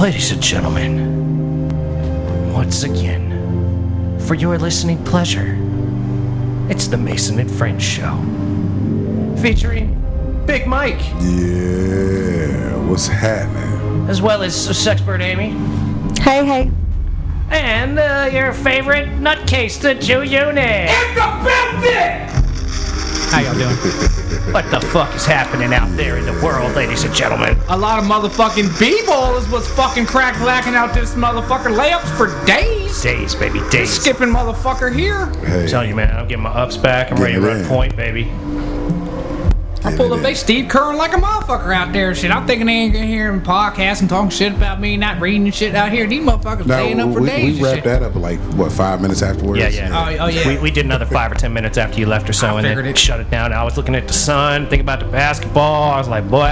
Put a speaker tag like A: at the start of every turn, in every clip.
A: Ladies and gentlemen, once again, for your listening pleasure, it's the Mason and Friends Show. Featuring Big Mike,
B: Yeah, what's happening?
A: as well as Sexpert Amy,
C: Hey, hey.
A: and uh, your favorite nutcase, the Jew Unit.
D: How y'all doing?
A: What the fuck is happening out there in the world, ladies and gentlemen?
D: A lot of motherfucking b-ballers was fucking crack lacking out this motherfucker layups for days.
A: Days, baby, days.
D: Skipping motherfucker here.
B: Hey,
A: I'm telling you, man, I'm getting my ups back. I'm ready to
B: Get it
A: run
B: in.
A: point, baby.
D: I pulled up, they Steve Curran like a motherfucker out there. and Shit, I'm thinking they ain't gonna hear him podcast and talking shit about me, not reading and shit out here. These motherfuckers
B: now,
D: laying up for
B: we,
D: days.
B: we
D: and
B: wrapped
D: shit.
B: that up like what five minutes afterwards.
A: Yeah, yeah.
D: Oh, oh, yeah.
A: We, we did another five or ten minutes after you left or so, and then
D: figured it.
A: shut it down. I was looking at the sun, thinking about the basketball. I was like, boy,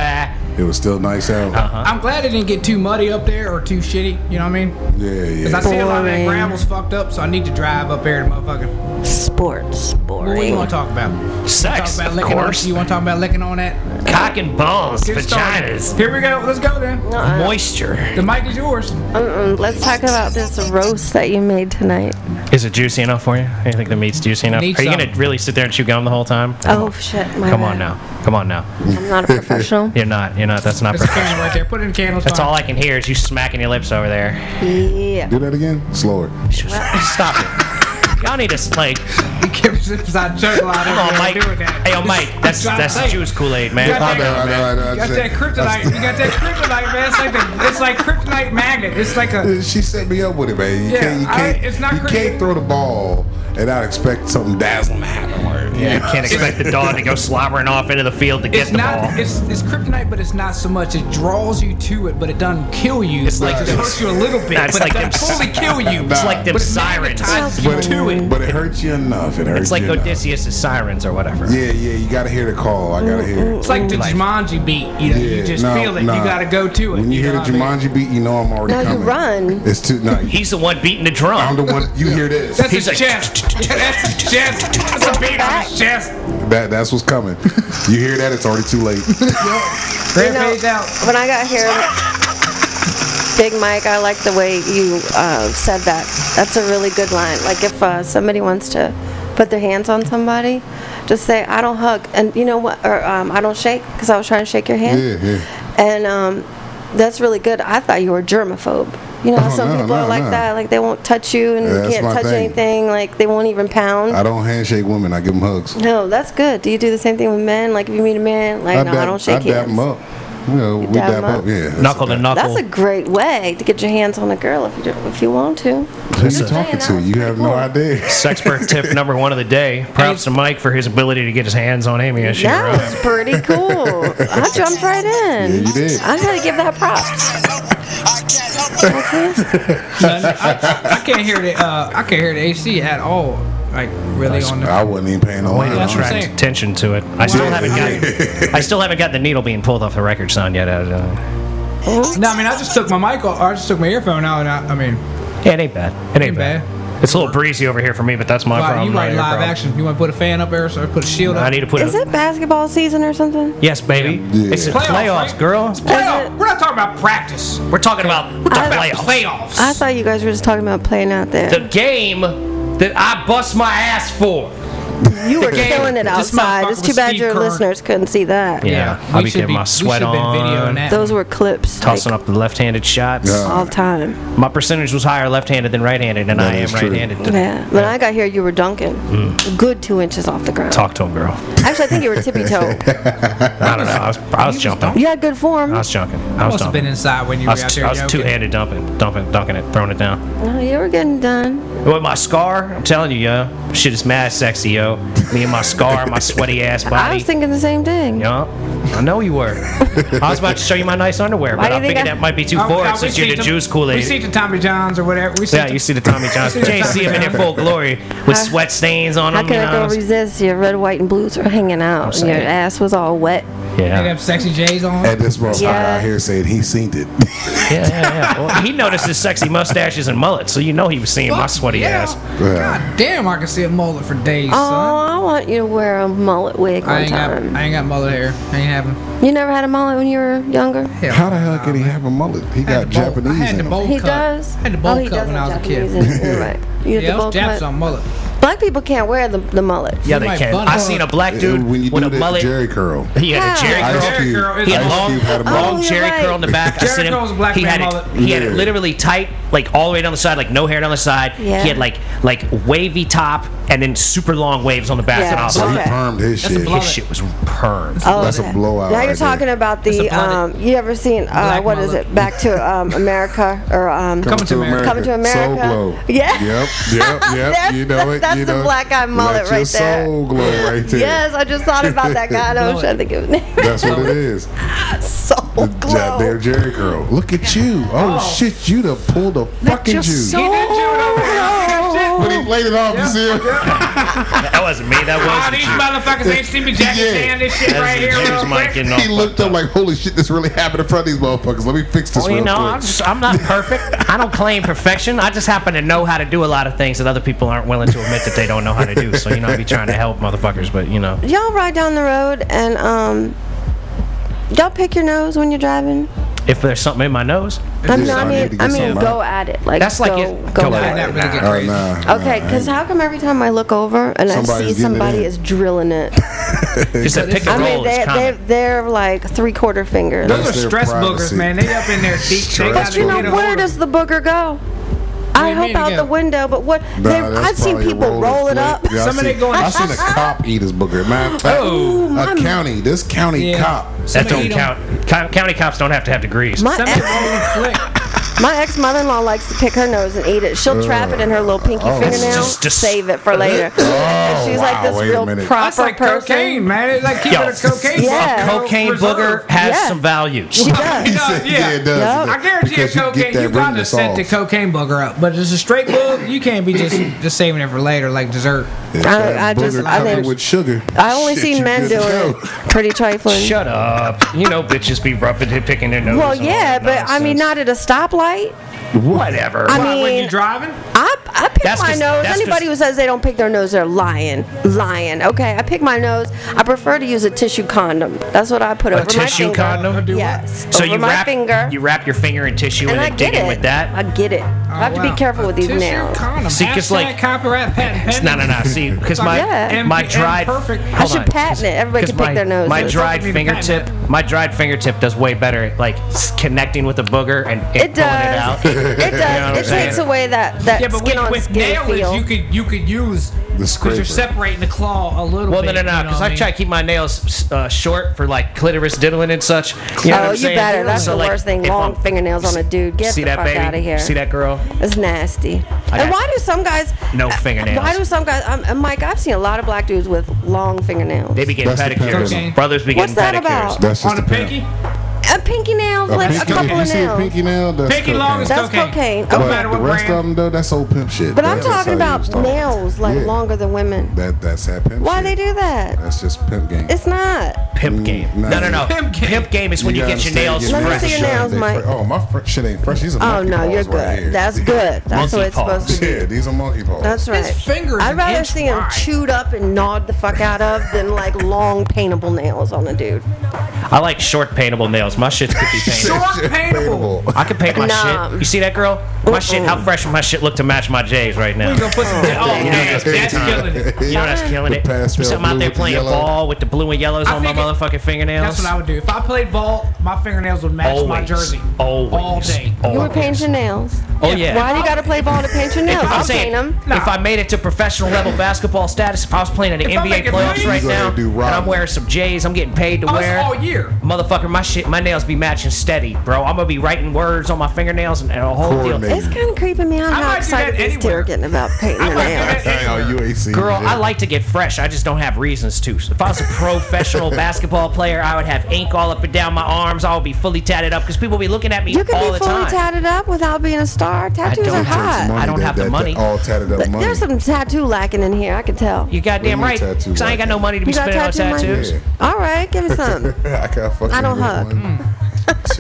B: It was still nice out.
D: I'm glad it didn't get too muddy up there or too shitty. You know what I mean?
B: Yeah,
D: Cause I
B: yeah.
D: see a lot of that
C: Boring.
D: gravel's fucked up, so I need to drive up there to motherfucking.
C: Sports.
D: What do
C: Boring.
D: you want to talk about?
A: sex,
D: talk about
A: of
D: licking
A: course.
D: on. You want to talk about licking on that?
A: Cock and balls,
D: Get started.
A: vaginas,
D: Here we go. Let's go then.
A: moisture.
D: Uh, The mic is yours.
C: Mm-mm. Let's talk about this roast that you made tonight.
A: Is it juicy enough for you? You think the meat's juicy enough? Are you
D: Need
A: gonna
D: some.
A: really sit there and chew gum the whole time?
C: Oh shit! My
A: Come
C: bad.
A: on now, come on now.
C: I'm not a professional.
A: You're not. You're not. That's not.
D: That's a
A: Perfect.
D: candle right there. Put it in candles.
A: That's all I can hear is you smacking your lips over there.
C: yeah.
B: Do that again, slower.
A: Stop it. Y'all need to like.
D: You give us this side joke line.
A: Come on, Mike.
D: Do with that.
A: Hey, yo, Mike. That's
D: Trying to
A: that's
D: say.
A: Jews Kool Aid, man.
D: You got
B: I know, I know, I know. I
D: You got
B: said-
D: that kryptonite. You got that kryptonite, man. It's like the, it's like kryptonite magnet. It's like a.
B: I- She set me up with it, man. You
D: Yeah,
B: can't, you
D: I-
B: can't,
D: it's not
B: you
D: crazy.
B: can't throw the ball and not expect something dazzling to happen. Or,
A: Yeah, can't expect the dog to go slobbering off into the field to get
D: It's
A: the
D: not.
A: ball.
D: It's it's kryptonite, but it's not so much. It draws you to it, but it doesn't kill you. It's
A: like
D: it
A: those-
D: hurts you a little bit,
A: Nah, it's
D: but
A: like
D: it
A: them
D: doesn't fully kill you.
B: Nah.
A: it's like them
D: But it
A: sirens.
D: magnetizes you
B: but,
D: to
B: it,
D: it.
B: but it hurts you enough. It hurts
A: It's like
B: you enough.
A: Odysseus' sirens or whatever.
B: Yeah, yeah. You gotta hear the call. I gotta hear. it.
D: It's like the Jumanji beat. You know, you
B: Yeah,
D: just
B: no,
D: feel it.
B: nah.
D: You gotta go to it.
B: When you, hear
D: know
B: the
D: what I mean?
B: Jumanji beat, you know I'm already
C: No, you
B: coming.
C: run.
B: It's too nice.
A: He's the one beating the
B: I'm
A: drum.
B: the one. You hear this?
D: That's
A: He's
D: a
A: like-
D: chest. That's a chest. That's a beat on his chest.
B: That that's what's coming. You hear that? It's already too late.
D: Rampage out.
C: When I got here, Big Mike, I like the way you uh, said that. That's a really good line. Like if uh, somebody wants to put their hands on somebody, just say I don't hug, and you know what, or um, I don't shake, because I was trying to shake your hand.
B: Yeah, yeah.
C: And um, that's really good. I thought you were germaphobe. You know, how
B: Oh,
C: some
B: no,
C: people
B: no,
C: are like
B: no.
C: that. Like they won't touch you and
B: Yeah,
C: you
B: that's
C: can't
B: my
C: touch
B: thing.
C: anything. Like they won't even pound.
B: I don't handshake women. I give them hugs.
C: No, that's good. Do you do the same thing with men? Like if you meet a man, like no, I don't shake
B: I dab
C: hands.
B: them up. You know, we
C: dab
B: dab
C: 'em up?
B: up. Yeah. that's
A: Knuckle to
B: about-
A: knuckle.
C: That's a great way to get your hands on a girl if you do, if you want to.
B: Who you
C: Just
B: talking
C: saying,
B: to? You have no idea.
A: Sexpert tip number one of the day. Props to Mike for his ability to get his hands on Amy as she
C: That
A: runs.
C: was pretty cool. I jumped right in.
B: Yeah, you did.
C: I had to give that props.
D: I, I can't hear the uh, I can't hear the AC at all. Like really on the.
B: I wasn't even paying no
A: Way
B: mind.
A: to
D: That's what I'm
A: attract
D: saying.
A: attention to it. I still
D: Wow.
A: haven't got. I still haven't got the needle being pulled off the record sign yet. uh, Out of it.
D: No, I mean I just took my mic off. I just took my earphone out, and I, I mean,
A: Yeah, it ain't bad. It ain't
D: Ain't
A: bad.
D: bad.
A: It's a little breezy over here for me, but that's my
D: like,
A: problem.
D: you
A: not
D: write
A: your
D: live
A: problem.
D: action. You want to put a fan up there, so put a shield up.
A: I need to put.
C: Is
A: a,
C: it basketball season or something?
A: Yes, baby.
B: Yeah.
A: It's a
D: Playoffs,
A: playoffs,
D: right?
A: girl.
D: Playoff-
C: it-
D: We're not talking about practice.
A: We're talking about the
C: I-
A: playoffs.
D: Playoffs.
C: I thought you guys were just talking about playing out there.
A: the game that I bust my ass for.
C: you were
D: game.
C: killing it
D: This
C: outside.
D: motherfucker
C: It's too
D: was
C: bad
D: Steve
C: your
D: Kerr.
C: listeners couldn't see that.
A: Yeah, I'll
D: we
A: be
D: should
A: getting my sweat
D: we should been
A: on.
D: videoing that.
C: Those were clips.
A: Tossing
C: like,
A: up the left-handed shots.
B: Yeah.
C: all the time.
A: My percentage was higher left-handed than right-handed, and I am
B: is true.
A: right-handed.
C: Yeah. When I got here, you were dunking. Good two inches off the ground.
A: Mm. Talk to him, girl.
C: Actually, I think you were tippy toe.
A: I don't know. I was, I was jumping.
C: You had good form.
A: I was jumping. I
D: I
A: was
D: must have been
A: dumping.
D: inside when you
A: I was,
D: were out there.
A: I was
D: yoking.
A: two-handed dumping, dumping, dunking it, throwing it down.
C: No, you were getting done.
A: With my scar, I'm telling you, yo, shit is mad sexy, yo. Me and my scar, my sweaty ass body.
C: I was thinking the same thing.
A: Yeah, I know you were. I was about to show you my nice underwear,
C: Why
A: but
C: do
A: I
C: you think
A: figured
C: I-
A: that might be too
D: Oh,
A: forward
D: yeah, we
A: since you're
D: see
A: the Jews Kool
D: We see
A: Aid.
D: the Tommy Johns or whatever. We see
A: Yeah,
D: the-
A: you see the Tommy Johns.
D: We see the
A: Can't
D: Tommy
A: see him in their
D: Johns.
A: full glory with
C: How-
A: sweat stains on
C: How
A: him. You
C: could I go
A: know?
C: resist? Your red, white, and blues were hanging out, and your
A: saying.
C: ass was all wet.
D: They
A: Yeah.
D: have sexy J's on.
B: And this motherfucker
C: Yeah.
B: out here said he seen it.
A: Yeah, yeah, yeah. Well, he noticed his sexy mustaches and mullets, so you know he was seeing my
D: Fuck
A: sweaty
D: yeah.
A: ass.
B: Yeah.
D: God damn, I can see a mullet for days,
C: Oh,
D: son.
C: I want you to wear a mullet wig
D: I
C: one
D: ain't got,
C: time.
D: I ain't got mullet hair. I ain't having.
C: You never had a mullet when you were younger?
D: Hell
B: How the hell can he have a mullet? He
D: I had
B: got
D: the bowl-
B: Japanese.
D: I had the
B: in him.
D: bowl
C: He
D: cut.
C: does.
D: I had the
C: oh,
D: bowl
C: he
D: cut
C: does
D: when I
C: have
D: was a kid.
C: Japanese in- you're right. You had
D: Yeah,
C: the
D: those
C: bowl
D: Japs
C: cut.
D: on mullet.
C: Black people can't wear the, the mullet.
A: Yeah, they
D: Like
A: can.
D: bun
A: I
D: hug.
A: seen a black
B: Uh,
A: dude
B: when you
A: with
B: do
A: a
B: that
A: mullet.
B: Jerry curl.
A: He had a
C: Wow.
A: jerry
D: Ice
A: curl.
D: Jerry curl is
A: He had
D: a
A: long,
B: mullet. Ice Cube had a
A: long
C: mullet.
A: jerry
C: Oh, you're
A: curl in the back. I
D: Jerry
A: seen him.
D: curl's a black
A: he had
D: man
A: it.
D: mullet.
A: He had it
B: Yeah.
A: literally tight, like all the way down the side, like no hair down the side.
C: Yeah.
A: He had like like wavy top and then super long waves on the back.
C: Oh, Yeah.
A: And I was
B: So he
A: like,
C: Okay.
B: permed his
D: That's a
B: shit.
D: blow-
A: his shit was permed.
C: Oh,
B: That's a blowout
C: Now you're
B: right
C: talking
B: there.
C: about
D: That's
C: the
D: a bloody-
C: um, you ever seen uh,
D: Black
C: what is
D: mullet.
C: it? Back to um, America or um,
D: Coming to America.
C: Coming to America.
B: Soul glow.
C: Yeah.
B: Yep. Yep. Yep.
C: That's-
B: you know it.
C: that's
B: you
C: the
B: know it.
C: black guy mullet
B: Let your
C: right there.
B: Soul glow right there.
C: Yes, I just thought about that guy. I don't I think it was
B: That's what it is.
C: so
B: The
C: glow.
B: goddamn Jerry curl. Look at you. Oh, shit, you done pulled a fucking
A: just
B: Jew.
A: so-
D: He did chew it up.
B: but he laid it off, you see him?
A: That wasn't me. That
D: Oh,
A: was.
D: these motherfuckers ain't seen me Jackie
B: Yeah.
D: Chan this shit
A: That's
D: right
A: the
D: here
A: Jews,
D: real
A: Mike,
D: quick.
A: and all.
B: He looked up like, holy shit, this really happened in front of these motherfuckers. Let me fix this
A: Well,
B: real
A: you know,
B: quick.
A: I'm, just, I'm not perfect. I don't claim perfection. I just happen to know how to do a lot of things that other people aren't willing to admit that they don't know how to do. So, you know, I be trying to help motherfuckers, but, you know.
C: Y'all ride down the road and um, y'all pick your nose when you're driving.
A: If there's something in my nose,
C: I mean,
B: is.
C: I
B: I need to
C: mean,
B: get uh,
C: I mean,
B: something
C: go
B: out.
C: at it. Like
A: That's like
C: go,
A: it-
C: Go
A: go
C: for
A: at
D: Nah,
C: it.
D: that really get
B: Oh,
D: crazy.
B: nah,
C: Okay,
B: nah.
C: because how come every time I look over and
B: Somebody's
C: I see
B: getting it
C: somebody
B: in.
C: is drilling it?
A: just a pick
C: I
A: and
C: mean,
A: roll
C: they,
A: is
C: they,
A: common.
C: they're like three quarter fingers.
D: Those are
B: That's their
D: stress
B: privacy.
D: boogers, man. They up in there deep. They
B: But
D: gotta
C: But you know,
D: get a hold
C: where
D: of
C: does the booger go? I
D: you
C: hope
D: mean
C: out
D: again?
C: the window, but what?
B: Nah,
C: they,
B: that's
C: I've seen
B: probably a
C: people
B: roll
C: roll it
B: and
C: up.
B: flip. Yeah, I
D: Somebody
B: seen-
D: going- "Ah,
B: I seen a cop eat his booger. Man,
D: Ooh,
B: a county. This county
D: Oh, Yeah. Uh,
B: cop.
A: That
D: Somebody
A: don't count. Co- county cops don't have to have degrees.
C: My
D: Somebody
C: ex,
D: roll and flick.
C: my ex mother in law likes to pick her nose and eat it. She'll trap it in her little pinky
B: Oh.
C: fingernail,
A: Just- just-
C: save it for later. And she's like
B: wow,
C: this
B: wait a
C: real
B: minute.
C: proper
D: Oh, That's like
C: person.
D: cocaine, man. It's like keeping
A: Yo.
D: a cocaine.
C: Yeah.
A: A
D: bottle
A: cocaine
D: reserved.
A: booger has
C: Yeah.
A: some value.
C: She does.
B: He
D: No,
B: said,
D: yeah.
B: yeah, it does.
C: Yup.
D: I guarantee you,
B: Because
D: cocaine. You,
B: get that
D: got to
B: ringness
D: set the
B: off.
D: cocaine booger up, but it's a straight boog. You can't be just just saving it for later, like dessert.
B: If
C: I-
B: that
C: I just-
B: booger
C: I think-
B: covered with sugar.
C: I only
B: shit,
C: seen
B: you
C: men
B: good
C: do
B: to
C: it.
B: go.
C: Pretty trifling.
A: Shut up. You know, bitches be rubbing, picking their nose.
C: well,
A: and all
C: yeah,
A: that
C: but I mean,
A: nonsense.
C: not at a stoplight.
A: Whatever.
C: I
D: Why, when
C: mean-
D: you driving?
C: I, I pick
A: That's
C: my
A: 'cause-
C: nose.
A: that's
C: Anybody
A: 'cause-
C: who says they don't pick their nose, they're lying. Lying. Okay, I pick my nose. I prefer to use a tissue condom. That's what I put
A: a
C: over my
A: tissue
C: finger.
A: condom.
C: Yes.
A: So
C: over
A: you
C: my
A: wrap
C: finger.
A: you wrap your finger in tissue and,
C: and I
A: then dig
C: get
A: in
C: it.
A: with that.
C: I get it. I have to be careful with these
D: Oh, Tissue
C: nails.
D: Condom.
A: See, 'cause,
D: Hashtag
A: like-
D: copyright patent pending.
A: No, no, no. See, because my
C: Yeah.
A: my
D: MPM
A: dried
D: perfect. I
A: hold
C: should
A: on,
C: patent
A: 'cause-
C: it. Everybody
A: 'cause
C: can pick
A: my,
C: their noses.
A: My
C: Something
A: dried
D: we need to patent
A: fingertip, my dried fingertip does way better at like s- connecting with a booger and, and pulling
C: It
A: it out.
C: does. It
A: know what
C: does.
A: I'm
C: It takes
A: saying?
C: away that that
D: Yeah, but
C: skin
D: with,
C: on
D: with
C: skin
D: nails,
C: feel.
D: you could you could use because
B: scraper.
D: you're separating the claw a little
A: Well, no, no,
D: bit.
A: no,
D: you know
A: because
D: what
A: I try to keep my nails uh, short for like clitoris diddling and such. You know what
C: oh,
A: I'm
C: you
A: saying?
C: better. That's
A: So,
C: the
A: like,
C: worst thing.
A: if
C: Long
A: I'm-
C: fingernails on a dude. Get
A: See
C: the
A: that
C: fuck
A: baby?
C: out of here.
A: See that girl?
C: It's nasty.
A: I
C: And
A: got-
C: why do some guys
A: No
C: uh,
A: fingernails.
C: Why do some guys? Um, uh, Mike, I've seen a lot of black dudes with long fingernails.
A: They be getting
B: That's the
A: pedicures.
D: Okay.
A: Brothers be
C: What's
A: getting
C: that
A: pedicures.
C: about?
B: That's just
D: On a
B: the pimp.
D: pinky,
C: A pinky nail, like
B: pinky,
C: a couple
B: if you
C: of
B: see a
C: nails.
B: pinky nail, that's
D: pinky long is
B: cocaine.
C: That's cocaine.
B: But
D: No matter
B: the
D: what
B: rest of
D: brand.
B: them though, that's old pimp shit.
C: But I'm
B: That's how
C: talking
B: you
C: about
B: start.
C: nails, like
B: Yeah.
C: longer than women.
B: That that's that pimp.
C: Why
B: shit.
C: they do that?
B: That's just pimp gang.
C: It's not.
A: Pimp game.
B: Mm, nah.
A: No, no, no.
D: Pimp game.
A: Pimp game is when you,
B: gotta
A: get your
B: stay-
A: nails
C: Let me
A: fresh.
C: see your nails,
B: They
C: Mike.
B: fre- Oh, my fr- shit ain't fresh. These are
C: Oh
B: monkey
C: no, you're
B: paws right here.
C: good. That's
B: Yeah.
C: good. That's
A: Monkey
C: what it's supposed to be.
B: Yeah, these are monkey paws.
C: That's right.
D: finger is
C: I'd
D: an
C: rather
D: inch
C: see him
D: wide.
C: chewed up and gnawed the fuck out of than like long paintable nails on a dude.
A: I like short paintable nails. My shit could be painted.
D: short paintable.
A: I can paint my
C: Nah.
A: shit. You see that girl? My shit. How fresh would my shit look to match my J's right now?
D: we gonna put some. Oh,
A: you know
D: man,
A: that's big
D: that's
A: time.
D: killing it.
A: You know that's killing
B: The
A: it.
B: pastel
A: Something out
B: blue
A: there
B: with the
A: playing
B: yellow.
A: ball with the blue and yellows
D: I
A: on my
D: think it-
A: motherfucking fingernails.
D: That's what I would do. If I played ball, my fingernails would match
A: Always,
D: my jersey
A: always,
D: all day. Oh,
C: You were
A: always.
C: painting nails.
A: Oh yeah.
C: Why do you gotta play ball to paint your nails?
A: If I'm
C: I'll
A: saying,
C: paint them.
D: Nah.
A: if I made it to professional level basketball status, if I was playing in the
D: If I'm
A: NBA
D: making
A: playoffs
D: millions,
A: right
B: You
A: now,
B: gotta do
A: and I'm
B: Robin.
A: wearing some J's, I'm getting paid to
D: Oh, it's
A: wear.
D: all year.
A: Motherfucker, my shit, my nails be matching steady, bro. I'm gonna be writing words on my fingernails and, and a whole deal.
B: Coordinate.
C: It's kind of creeping me out
D: I might
C: how
D: do
C: excited
D: that
C: these two
D: anywhere.
C: are getting about painting their
D: might do
C: nails.
D: that
B: I know, you ain't seen
A: Girl,
B: it.
A: I like to get fresh. I just don't have reasons to. So if I was a professional basketball player, I would have ink all up and down my arms. I would be fully tatted up because people be looking at me
C: You can
A: all
C: be
A: the
C: fully
A: time.
C: tatted up without being a star. Tattoos
A: don't
C: are
A: think
C: hot.
A: I don't have the money.
B: all tatted up
C: But
B: money.
C: There's some tattoo lacking in here. I can tell.
A: You goddamn
B: What
A: right.
B: do you mean tattoo
A: Because I ain't got
B: like
A: no money to be
C: You got
A: spending on
C: tattoo money?
A: tattoos.
B: Yeah.
C: All right, give me some.
B: I got fucking.
C: I don't hug.
B: One, two,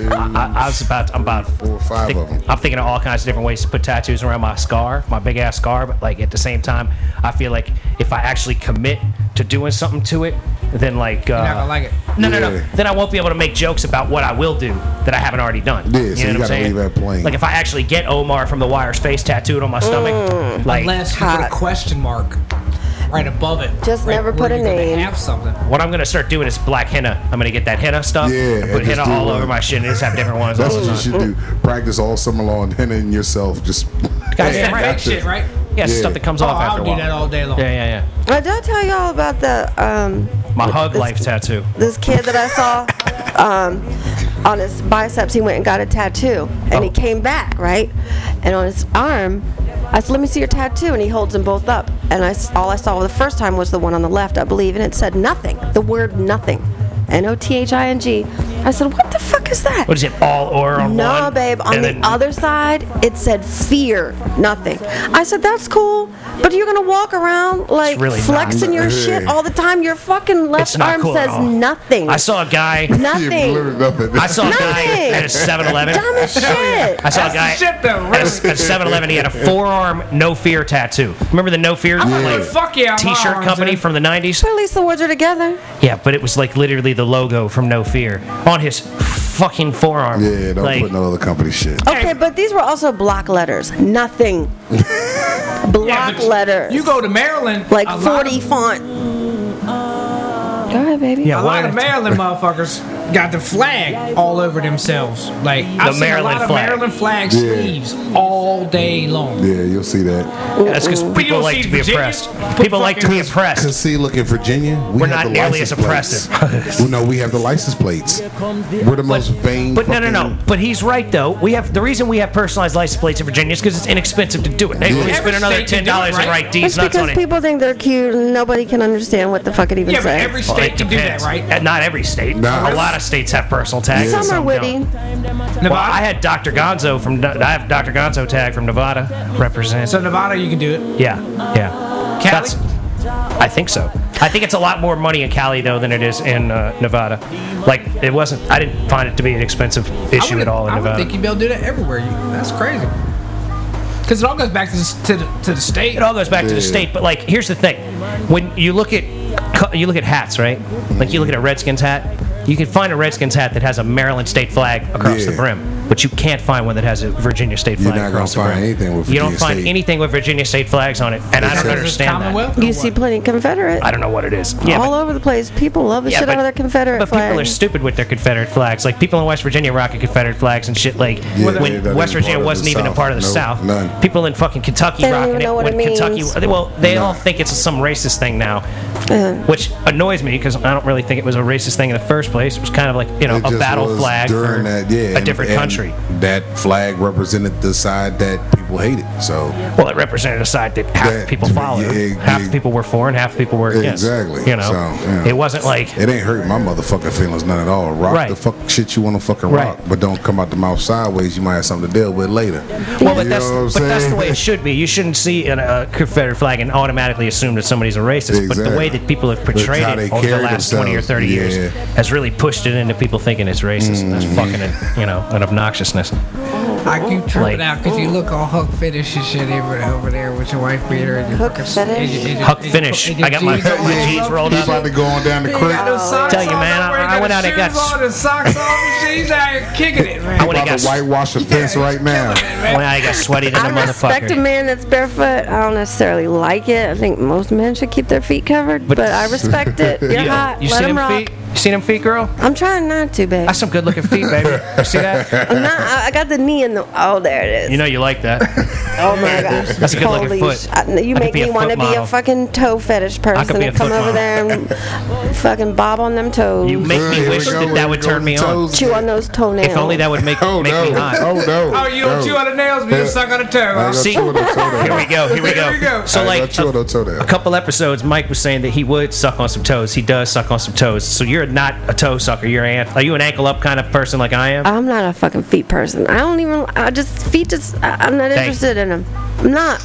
A: Mm. I, I was about. I'm about.
B: four, five
A: think-
B: of them.
A: I'm thinking of all kinds of different ways to put tattoos around my scar, my big ass scar. But like at the same time, I feel like if I actually commit to doing something to it, then like uh,
D: You're not gonna like it.
A: No, no,
B: Yeah.
A: no. Then I won't be able to make jokes about what I will do that I haven't already done.
B: Yeah, so you
A: what I'm
B: gotta
A: saying?
B: leave that plain.
A: Like if I actually get Omar from the Wire Space tattooed on my stomach,
C: Mm.
A: like
D: Unless you put a
C: Hot.
D: question mark right above it.
C: Just
D: right
C: never
D: where
C: put a
D: you're gonna
C: name.
D: Have something.
A: what I'm gonna start doing is black henna. I'm gonna get that henna stuff
B: Yeah,
A: and put
B: and just
A: henna
B: do
A: all
B: one.
A: over my shit and just have different ones.
B: That's
A: all
B: what
A: the
B: you
A: time.
B: should do. Practice all summer long, and then yourself just.
A: Guys,
D: Yeah,
A: Yeah,
D: right.
A: right.
D: shit, right?
A: Yeah,
B: Yeah.
A: stuff that comes
D: Oh,
A: off
D: I'll
A: after a
D: do
A: while.
D: that all day long.
A: Yeah, yeah, yeah.
C: I did tell y'all about the um
A: My hug life tattoo.
C: this kid that I saw um, on his biceps. He went and got a tattoo, and he
A: Oh.
C: came back right, and on his arm. I said, "Let me see your tattoo," and he holds them both up. And I, s- all I saw the first time was the one on the left, I believe, and it said nothing. The word nothing, N O T H I N G. I said, "What the fuck is that?"
A: What is it? All or on one?
C: No, babe. On
A: and
C: the
A: then-
C: other side, it said fear, nothing. I said that's cool, but you're gonna walk around like
A: really not.
C: flexing your
B: Yeah.
C: shit all the time. Your fucking
A: It's
C: left
A: not
C: arm
A: cool at
C: says
A: all.
C: nothing.
A: I saw a guy.
B: You're
C: nothing.
B: blurring nothing.
A: I saw a guy
C: Nothing.
A: at a 7-Eleven.
C: Dumb as shit.
A: I saw a
D: That's
A: guy
D: the shit, though,
A: at a-
D: really.
A: at 7-Eleven. He had a forearm no fear tattoo. Remember the no fear
D: I'm like, fuck yeah, my
A: t-shirt
D: arms,
A: company
D: dude.
A: from the 90s?
C: At least the words are together.
A: Yeah, but it was like literally the logo from No Fear on his fucking forearm.
B: Yeah, don't
A: like,
B: put no other company shit.
C: Okay, but these were also block letters. Nothing.
D: Yeah,
C: block
D: but
C: letters.
D: You go to Maryland.
C: like
D: a lot of-
C: 40 font. Go ahead, baby.
A: Yeah,
D: A
A: why
D: lot of
A: not?
D: Maryland motherfuckers got the flag all over themselves. Like I've seen a
A: Maryland
D: lot of
A: flag.
D: Maryland flag
B: Yeah.
D: sleeves all day long.
B: Yeah, you'll see that.
A: That's because
D: But you
A: people
D: don't
A: like
D: see
A: to be
D: Virginia?
A: oppressed.
D: Put
A: People like to be
D: fucking-
B: Cause
A: oppressed.
B: see, look in Virginia, we
A: We're
B: have
A: not
B: the
A: nearly as
B: license plates.
A: oppressive.
B: well, no, we have the license plates. We're the most vain.
A: But no, no, no.
B: fucking-
A: But he's right though. We have the reason we have personalized license plates in Virginia is because it's inexpensive to do it. They
B: Yeah.
A: only spend another
D: Every state
A: ten
D: can do it,
A: dollars and
D: right?
A: write D's
C: It's
A: nuts on
C: because
A: it.
C: people think they're cute and nobody can understand what the fuck it even
D: Yeah, but
C: says.
D: every
A: Well,
D: state
A: it
D: can do that,
A: depends.
D: right?
A: Uh, Not every state. A
B: Nah.
A: lot of states have personal tags. and
C: Some are
A: don't.
C: witty.
D: Nevada.
A: Well, I had Dr. Gonzo from I have Dr. Gonzo tag from Nevada represent.
D: so Nevada, you can do it.
A: yeah, yeah.
D: Cali?
A: I think so. I think it's a lot more money in Cali though than it is in uh, Nevada. Like it wasn't. I didn't find it to be an expensive
D: I
A: issue
D: would-
A: at all in
D: I would
A: Nevada.
D: think you'd be able to do that everywhere. You, that's crazy. Because it all goes back to, s- to the, to the state.
A: it all goes back to the
B: Yeah.
A: state. But like, here's the thing: when you look at co- you look at hats, right? Like you look at a Redskins hat, you can find a Redskins hat that has a Maryland state flag across
B: Yeah.
A: the brim, but you can't find one that has a Virginia state
B: You're
A: flag
B: not gonna
A: across the
B: find
A: brim.
B: anything with
A: you don't
B: Virginia
A: find
B: state.
A: anything with Virginia state flags on it, and I
B: Because
A: don't
B: it's
A: understand that.
D: Commonwealth.
C: You see plenty of Confederate.
A: I don't know what it is. Yeah,
C: all
A: but-
C: over the place. People love the
A: yeah,
C: shit out of their Confederate
A: but
C: flag.
A: people are stupid with their Confederate flags. Like people in West Virginia rocking Confederate flags and shit. Like
B: Yeah,
A: when
B: yeah, that
A: West
B: ain't part
A: Virginia
B: of
A: wasn't
B: the
A: even a
B: South.
A: part of the
B: No,
A: South.
B: none.
A: People in fucking Kentucky
C: They don't
A: rocking
C: even
A: it
C: know what
A: when
C: it means.
A: Kentucky. Well, they all
B: No.
A: think it's some racist thing now, which annoys me because I don't really think it was a racist thing in the first place. It was kind of like you know
B: It
A: a
B: just
A: battle
B: was
A: flag for a
B: and-
A: different
B: and
A: country.
B: That flag represented the side that people hated. So
A: Well, it represented a side that half the
B: That-
A: people followed.
B: yeah,
A: half
B: yeah.
A: the people were for and half the people were against.
B: Exactly.
A: You know,
B: So, yeah.
A: it wasn't like
B: it ain't hurting my motherfucking feelings none at all. Rock
A: Right.
B: the fuck shit you want to fucking
A: Right.
B: rock, but don't come out the mouth sideways. You might have something to deal with later.
A: Well, but
B: You
A: that's
B: know what I'm
A: but that's the
B: saying?
A: way it should be. You shouldn't see an, a Confederate flag and automatically assume that somebody's a racist. But the way
B: Exactly.
A: that people have portrayed
B: how they
A: it over the
B: carry
A: last twenty or
B: themselves.
A: thirty
B: Yeah. Mm-hmm.
A: years has really pushed it into people thinking it's racist. And that's fucking a, you know an obnoxiousness.
D: I keep
A: Like-
D: tripping out 'cause out because you look all Huck Finish and shit over, over there with your wife beater and your
C: Huck
D: fucking-
C: Finish?
D: and your- and your-
A: Huck
D: and your-
A: Finish.
D: and your
A: I got my-
D: jeans all
A: my
D: rolled
A: jeans
D: up.
A: rolled
B: He
A: up.
B: about to go on down the
D: You got no
B: creek.
D: socks
A: Tell you,
D: on,
A: man,
D: no
A: I-
D: freaking
A: I went out and got
D: shoes on, the socks on, she's out here kicking it, man.
A: I went
B: About
A: and
B: to
A: got
B: whitewash a fence right now.
A: when I got sweaty than a
C: I respect a
A: motherfucker.
C: man that's barefoot. I don't necessarily like it. I think most men should keep their feet covered, but, I respect it. You're
A: You,
C: hot.
A: you
C: Let
A: see
C: them
A: them
C: rock.
A: feet? You seen them feet, girl?
C: I'm trying not to, babe.
A: That's some good looking feet, baby. You see that?
C: I'm not, I I got the knee in the. Oh, there it is.
A: You know you like that.
C: oh my gosh.
A: That's a good looking
C: Holy
A: foot.
C: sh- I- you
A: I could
C: make
A: be a
C: me want to
A: foot
C: be
A: model.
C: a fucking toe fetish person
A: be a
C: and come
A: foot
C: over there and fucking bob on them toes.
A: You make me
B: Here we
A: wish
B: go,
A: that
B: here
A: that
B: we
A: would
B: go
A: turn
B: with
A: me
B: the
A: on.
B: toes.
C: chew on those toenails.
A: If only that would make
B: Oh
A: make
B: no!
A: me hot.
B: Oh no!
D: Oh, you don't
B: no.
D: chew on the nails, but you suck on the toe.
B: I
D: huh?
B: ain't gonna
A: See?
B: chew on no toe
A: Here
B: nail.
A: we go. Here we
D: Here we
A: go.
D: go.
A: So
B: I ain't gonna
A: like
B: chew on
A: a,
B: no toe nail.
A: a couple episodes, Mike was saying that he would suck on some toes. He does suck on some toes. So you're not a toe sucker. You're an are you an ankle up kind of person like I am?
C: I'm not a fucking feet person. I don't even. I just feet. Just I, I'm not
A: Thank
C: interested in them. I'm not.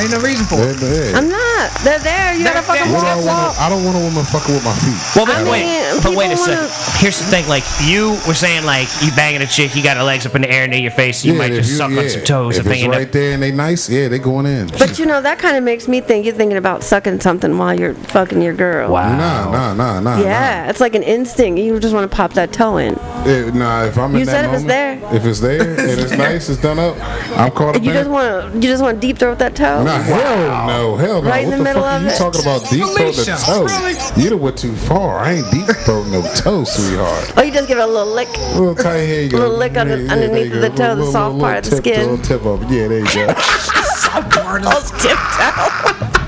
D: Ain't no reason for it.
B: Hey, man.
C: I'm not. They're there. You gotta
D: They're
C: fucking
D: there.
B: What I
C: walk.
B: want,
C: walk.
B: I don't want a woman fucking with my feet.
A: Well, but
C: I
A: wait,
C: mean,
A: but wait a
C: people
A: second.
C: wanna-
A: Here's the thing: like you were saying, like you banging a chick, you got her legs up in the air near your face, you
B: Yeah,
A: might
B: if
A: just
B: you-
A: suck on
B: yeah.
A: some toes
B: If
A: if they
B: it's
A: end
B: right
A: up.
B: there and they nice, yeah, they going in.
C: But you know that kind of makes me think you're thinking about sucking something while you're fucking your girl.
B: nah, nah, nah, nah.
C: Yeah, it's like an instinct. You just want to pop that toe in.
B: Nah. If, Eh, nah, if I'm in
C: You
B: that
C: said if it's
B: moment, if it's there and it's nice, it's done up. I'm caught up.
C: You
B: in
C: just
B: it.
C: want to. You just want to deep throat that toe.
B: Nah, hell no, hell no.
C: Right in
B: what fuck
C: the middle
B: are
C: of
B: you
C: it.
B: talking about deep throat the
D: Felicia,
B: toe?
D: really?
B: You done went too far. I ain't deep throat no toe, sweetheart.
C: Or you just give it a little lick.
B: A little tight here, you go.
C: Little lick under-
B: Yeah, yeah,
C: underneath
B: there you go.
C: the toe, the
B: Little- little-
C: soft part of the
B: little tip,
C: skin.
B: Little tip up. Yeah, there you go.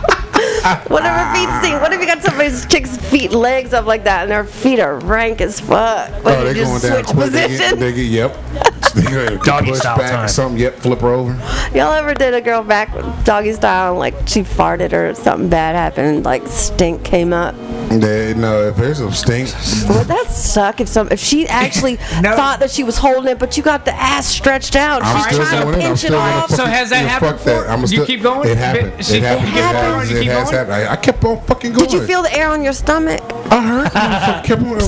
C: Whatever feet stink. What if you got somebody's chick's feet legs up like that and their feet are rank as fuck? What
B: Oh,
C: if
B: they're
C: you
B: going
C: just
B: down
C: switch
B: quick. They get,
C: position?
B: they get, yep. They go
A: Doggy
B: push
A: style
B: back
A: time.
B: Something, yep. Flip her over.
C: Y'all ever did a girl back doggy style and like she farted or something bad happened and like stink came up?
B: They, no, if there's some stink,
C: Would that suck if some if she actually
D: No.
C: thought that she was holding it, but you got the ass stretched out?
B: I'm
C: She's
B: still
C: trying
B: going
C: to
B: in. I'm
C: pinch it
B: still going
C: off.
D: So has that happened
B: Fuck that.
D: before?
B: I'm
D: You
B: still,
D: keep going?
B: It happened.
D: She-
B: It happened. It
D: you keep going?
B: happens.
D: You
B: It
D: keep
B: has
D: going?
B: happened. I, I kept on fucking going.
C: Did you feel the air on your stomach?
B: I heard. it. I kept on.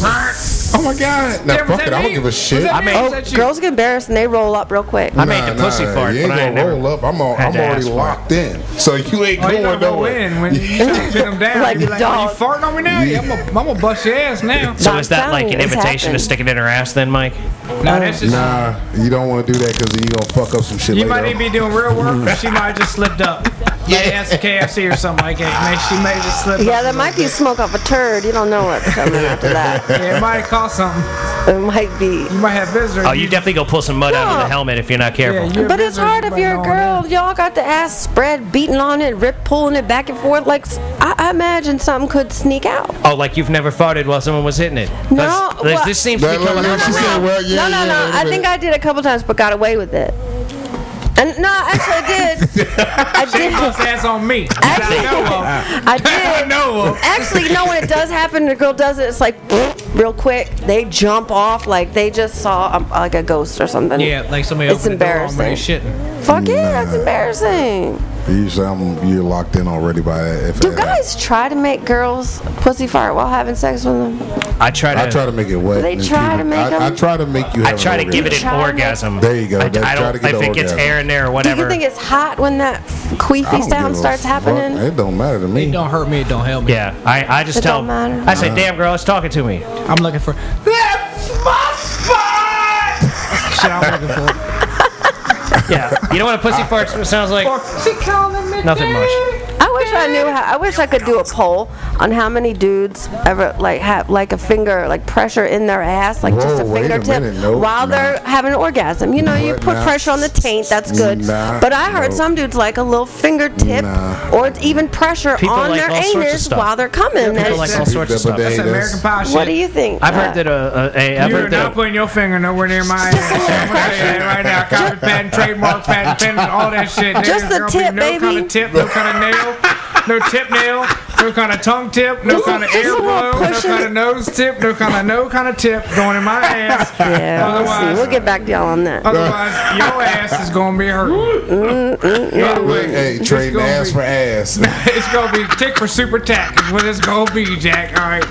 B: Oh my god. Now
D: Yeah, was
B: fuck
D: that
B: it. I don't
D: me?
B: give a
D: Was
B: shit.
D: that
A: I
D: me or
A: mean-
D: was
A: Oh,
D: that you?
C: Girls get embarrassed and they roll up real quick.
A: I made the pussy fart,
B: You
A: but I ain't
B: ain't gonna
A: never
B: roll up. I'm, all,
A: had
B: I'm
A: to
B: already
A: ask for it.
B: locked in. So you ain't
D: Oh, you
B: going
D: gonna go
B: nowhere.
D: in when you pin them down.
C: Like
D: You're
C: a
D: like,
C: dog.
D: oh, you farting on me now? Yeah, I'm gonna- I'm gonna bust your ass now.
A: So
C: I'm
A: is that
C: telling
A: like
C: you,
A: an
C: it's
A: invitation to
C: happened.
A: sticking it in her ass, then, Mike?
D: No, that's just.
B: uh, Nah, you don't want to do that because you gonna fuck up some shit
D: You
B: later.
D: might even be doing real work, but she might have just slipped up. Like ass to KFC or something like that. May- She may have just slipped
C: Yeah,
D: up.
C: there might be smoke off a turd. You don't know what's coming after that.
D: Yeah, it might have caused something.
C: It might be.
D: You might have visitors.
A: Oh, you definitely go pull some mud out of
C: No.
A: the helmet if you're not careful.
D: Yeah, you-
C: But it's
D: visitors,
C: hard
D: you
C: if
D: might
C: you're
D: know
C: a
D: all
C: girl. Y'all got the ass spread, beating on it, rip pulling it back and forth. Like s- I, I imagine something could sneak out.
A: oh, like you've never farted while someone was hitting it. 'Cause-
C: No,
A: 'cause
C: well-
A: this seems to be
B: That- look,
A: coming
B: look,
A: up.
B: she said, well, yeah,
C: no,
B: yeah,
C: no, no.
B: wait a
C: I think
B: minute.
C: I did a couple times, but got away with it. And no, actually, I did. I
D: Bust
C: did.
D: ass on me.
C: Actually, I
D: I
C: did.
D: know of.
C: Actually, you know when it does happen, the girl does it. It's like real quick. They jump off like they just saw um like a ghost or something.
D: Yeah, like somebody
C: It's
D: opened the door on me and
C: embarrassing.
D: shitting.
C: Fuck yeah, that's embarrassing.
B: Usually, I'm you're locked in already by that. If
C: Do
B: it-
C: guys try to make girls pussy fart while having sex with them?
A: I try to.
B: I try to make it wet.
C: They
B: and
C: try
B: keep
C: to
B: it-
C: make
B: I, I
C: 'em-
B: try to make you.
A: I
B: have
A: try to give it an
C: Try to make-
A: orgasm.
B: There you go.
A: I,
B: That's-
A: I
B: try
A: don't.
B: to get
A: If
B: the
A: it gets
B: orgasm.
A: air in there or
C: Do you
A: whatever.
C: think it's hot when that
B: I don't
C: queefy
B: give
C: sound
B: a
C: starts
B: fuck.
C: happening?
B: It don't matter to
D: It
B: me.
D: don't hurt me, it don't help me.
A: Yeah, I, I just
C: It
A: tell.
C: don't matter.
A: I say, damn girl, it's talking to me.
D: I'm looking for. That's my spot! Shit, I'm looking for.
A: Yeah, you know what a pussy fart sounds like?
D: She calling me
A: Nothing much.
C: I wish I knew how. I wish I could do a poll on how many dudes ever like have like a finger like pressure in their ass, like just a
B: Whoa, wait a
C: fingertip,
B: minute. Nope,
C: while
B: nah.
C: they're having an orgasm. You know, you
B: What?
C: put
B: Nah.
C: pressure on the taint. That's good.
B: Nah,
C: but I heard
B: nope.
C: some dudes like a little fingertip
B: Nah.
C: or even pressure
A: People
C: on
A: like
C: their
A: all sorts of
C: anus
A: stuff.
C: while they're coming.
A: People like all
C: That's-
A: sorts of
B: But
A: stuff.
B: they-
D: That's American Pie shit.
C: what do you think?
A: I've
C: Uh,
A: heard that a, a, a I've
D: You're
A: heard
D: not
A: that. A,
D: putting your finger nowhere near my ass. I'm gonna tell you that right now. Copy patent, trademark patent, pendant, all that shit. There
C: Just
D: ain't
C: the
D: gonna be
C: tip,
D: no kind
C: baby.
D: of tip, no kind of nail, no tip nail, no kind of tongue tip, no
C: Just-
D: kind of
C: just a
D: air
C: little
D: blow, no
C: pushing
D: kind
C: it.
D: of nose tip, no kind of no kind of tip going in my ass.
C: yeah, we'll see.
D: Otherwise-
C: We'll get back to y'all on that.
D: Otherwise, your ass is gonna be hurt. Either way,
B: Hey,
D: it's
B: trading
D: gonna
B: ass
D: be-
B: for ass.
D: It's gonna be tick for super tack. Is what it's gonna be, Jack. All right.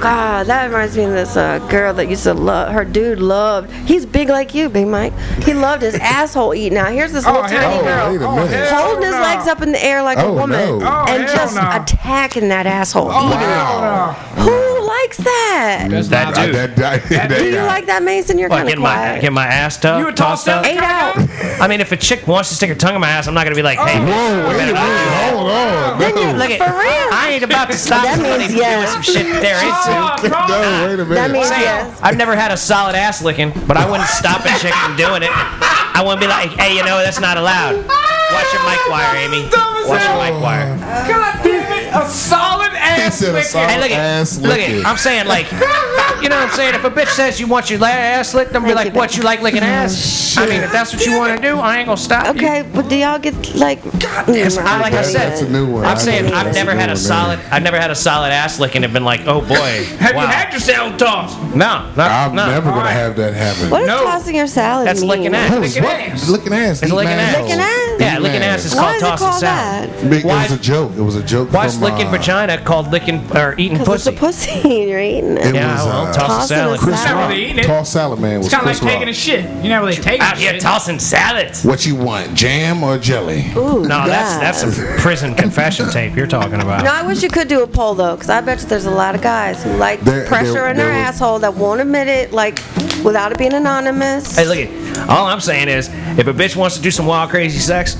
C: God, that reminds me of this uh, girl that used to love. Her dude loved. He's big like you, Big Mike. He loved his asshole eating. Now here's this little
D: Oh,
C: tiny
D: hell.
B: Oh, wait
C: girl
B: a minute.
D: hell
C: holding his
D: no.
C: legs up in the air like
B: Oh,
C: a woman
B: no.
D: Oh,
C: and
D: hell
C: just
D: no.
C: attacking that asshole.
D: Oh,
C: eating it.
D: hell no.
C: Who likes that?
D: That's
A: That
D: not
A: dude.
D: dude.
B: that, that, that
C: Do you
B: guy.
C: like that, Mason? You're
A: What,
C: kind of
A: get my
C: quiet.
A: get my ass tough?
D: You a tossed up?
C: Eight out.
A: I mean, if a chick wants to stick her tongue in my ass, I'm not gonna be like, hey,
B: Whoa, wait a minute. Hold on.
C: Then you're
B: No.
A: look at
C: for real.
A: I ain't about to stop
C: That
A: somebody
C: means
A: from
C: yeah.
A: doing some shit they're
D: Oh.
A: into.
B: No, wait a
C: That means
B: minute.
C: yes.
A: I've never had a solid ass licking, but I wouldn't stop a chick from doing it. I wouldn't be like, hey, you know, that's not allowed. Watch your mic wire, Amy. Watch your mic wire.
D: God damn it! A solid
B: He
D: ass
B: said a
D: licking.
B: solid
A: Hey, look
B: ass
A: at, look
B: licking.
A: at, I'm saying like, you know what I'm saying? If a bitch says you want your la- ass licked, I'm gonna be
C: Thank
A: like,
C: you,
A: what, you like licking ass? I mean, if that's what you want to do, I ain't gonna stop you.
C: Okay, but do y'all get like? mm,
A: Yes, I, like I
B: That's-
A: said,
B: that's a new one. I
A: I'm saying
B: think
A: I've
B: that's a
A: never
B: new
A: had a
B: one, man.
A: solid, I've never had a solid ass licking and been like, oh boy,
D: Have
A: wow.
D: you had your salad tossed?
A: no, no,
B: I'm
A: no.
B: never going
D: Alright.
B: to have that happen.
C: What does
D: No.
C: tossing your salad
A: That's
C: mean?
A: licking ass.
B: That was
D: Licking
B: what?
D: ass.
B: Licking ass.
A: It's
B: eating
A: licking ass.
C: Licking ass?
A: Yeah, licking ass is
C: Why
A: called
C: is it
A: tossing
C: called
A: salad.
B: Big- It
A: Why-
B: was a joke. It was a joke. uh,
A: Why
B: What's
A: is licking vagina called licking or eating
C: Because it's
A: pussy?
C: a pussy, and you're eating it.
A: yeah,
B: was,
A: well,
B: uh,
A: tossing
C: Tossing a
A: salad.
B: Chris
C: Salad.
B: Rock.
D: Really eating it.
B: Toss salad man was
D: It's kind of like
B: Chris
D: taking a
B: Rock.
D: shit. You're not really taking
A: Out
D: a
A: here
D: shit.
A: Ah, tossing salads.
B: What you want, jam or jelly?
C: Ooh,
A: No, that's
C: yes.
A: that's a prison confession tape you're talking about.
C: No, I wish you could do a poll though, because I bet you there's a lot of guys who like
B: There-
C: pressure
B: there-
C: in
B: there
C: their
B: was-
C: asshole that won't admit it, like without it being anonymous.
A: Hey, look at all I'm saying is if a bitch wants to do some wild crazy sex,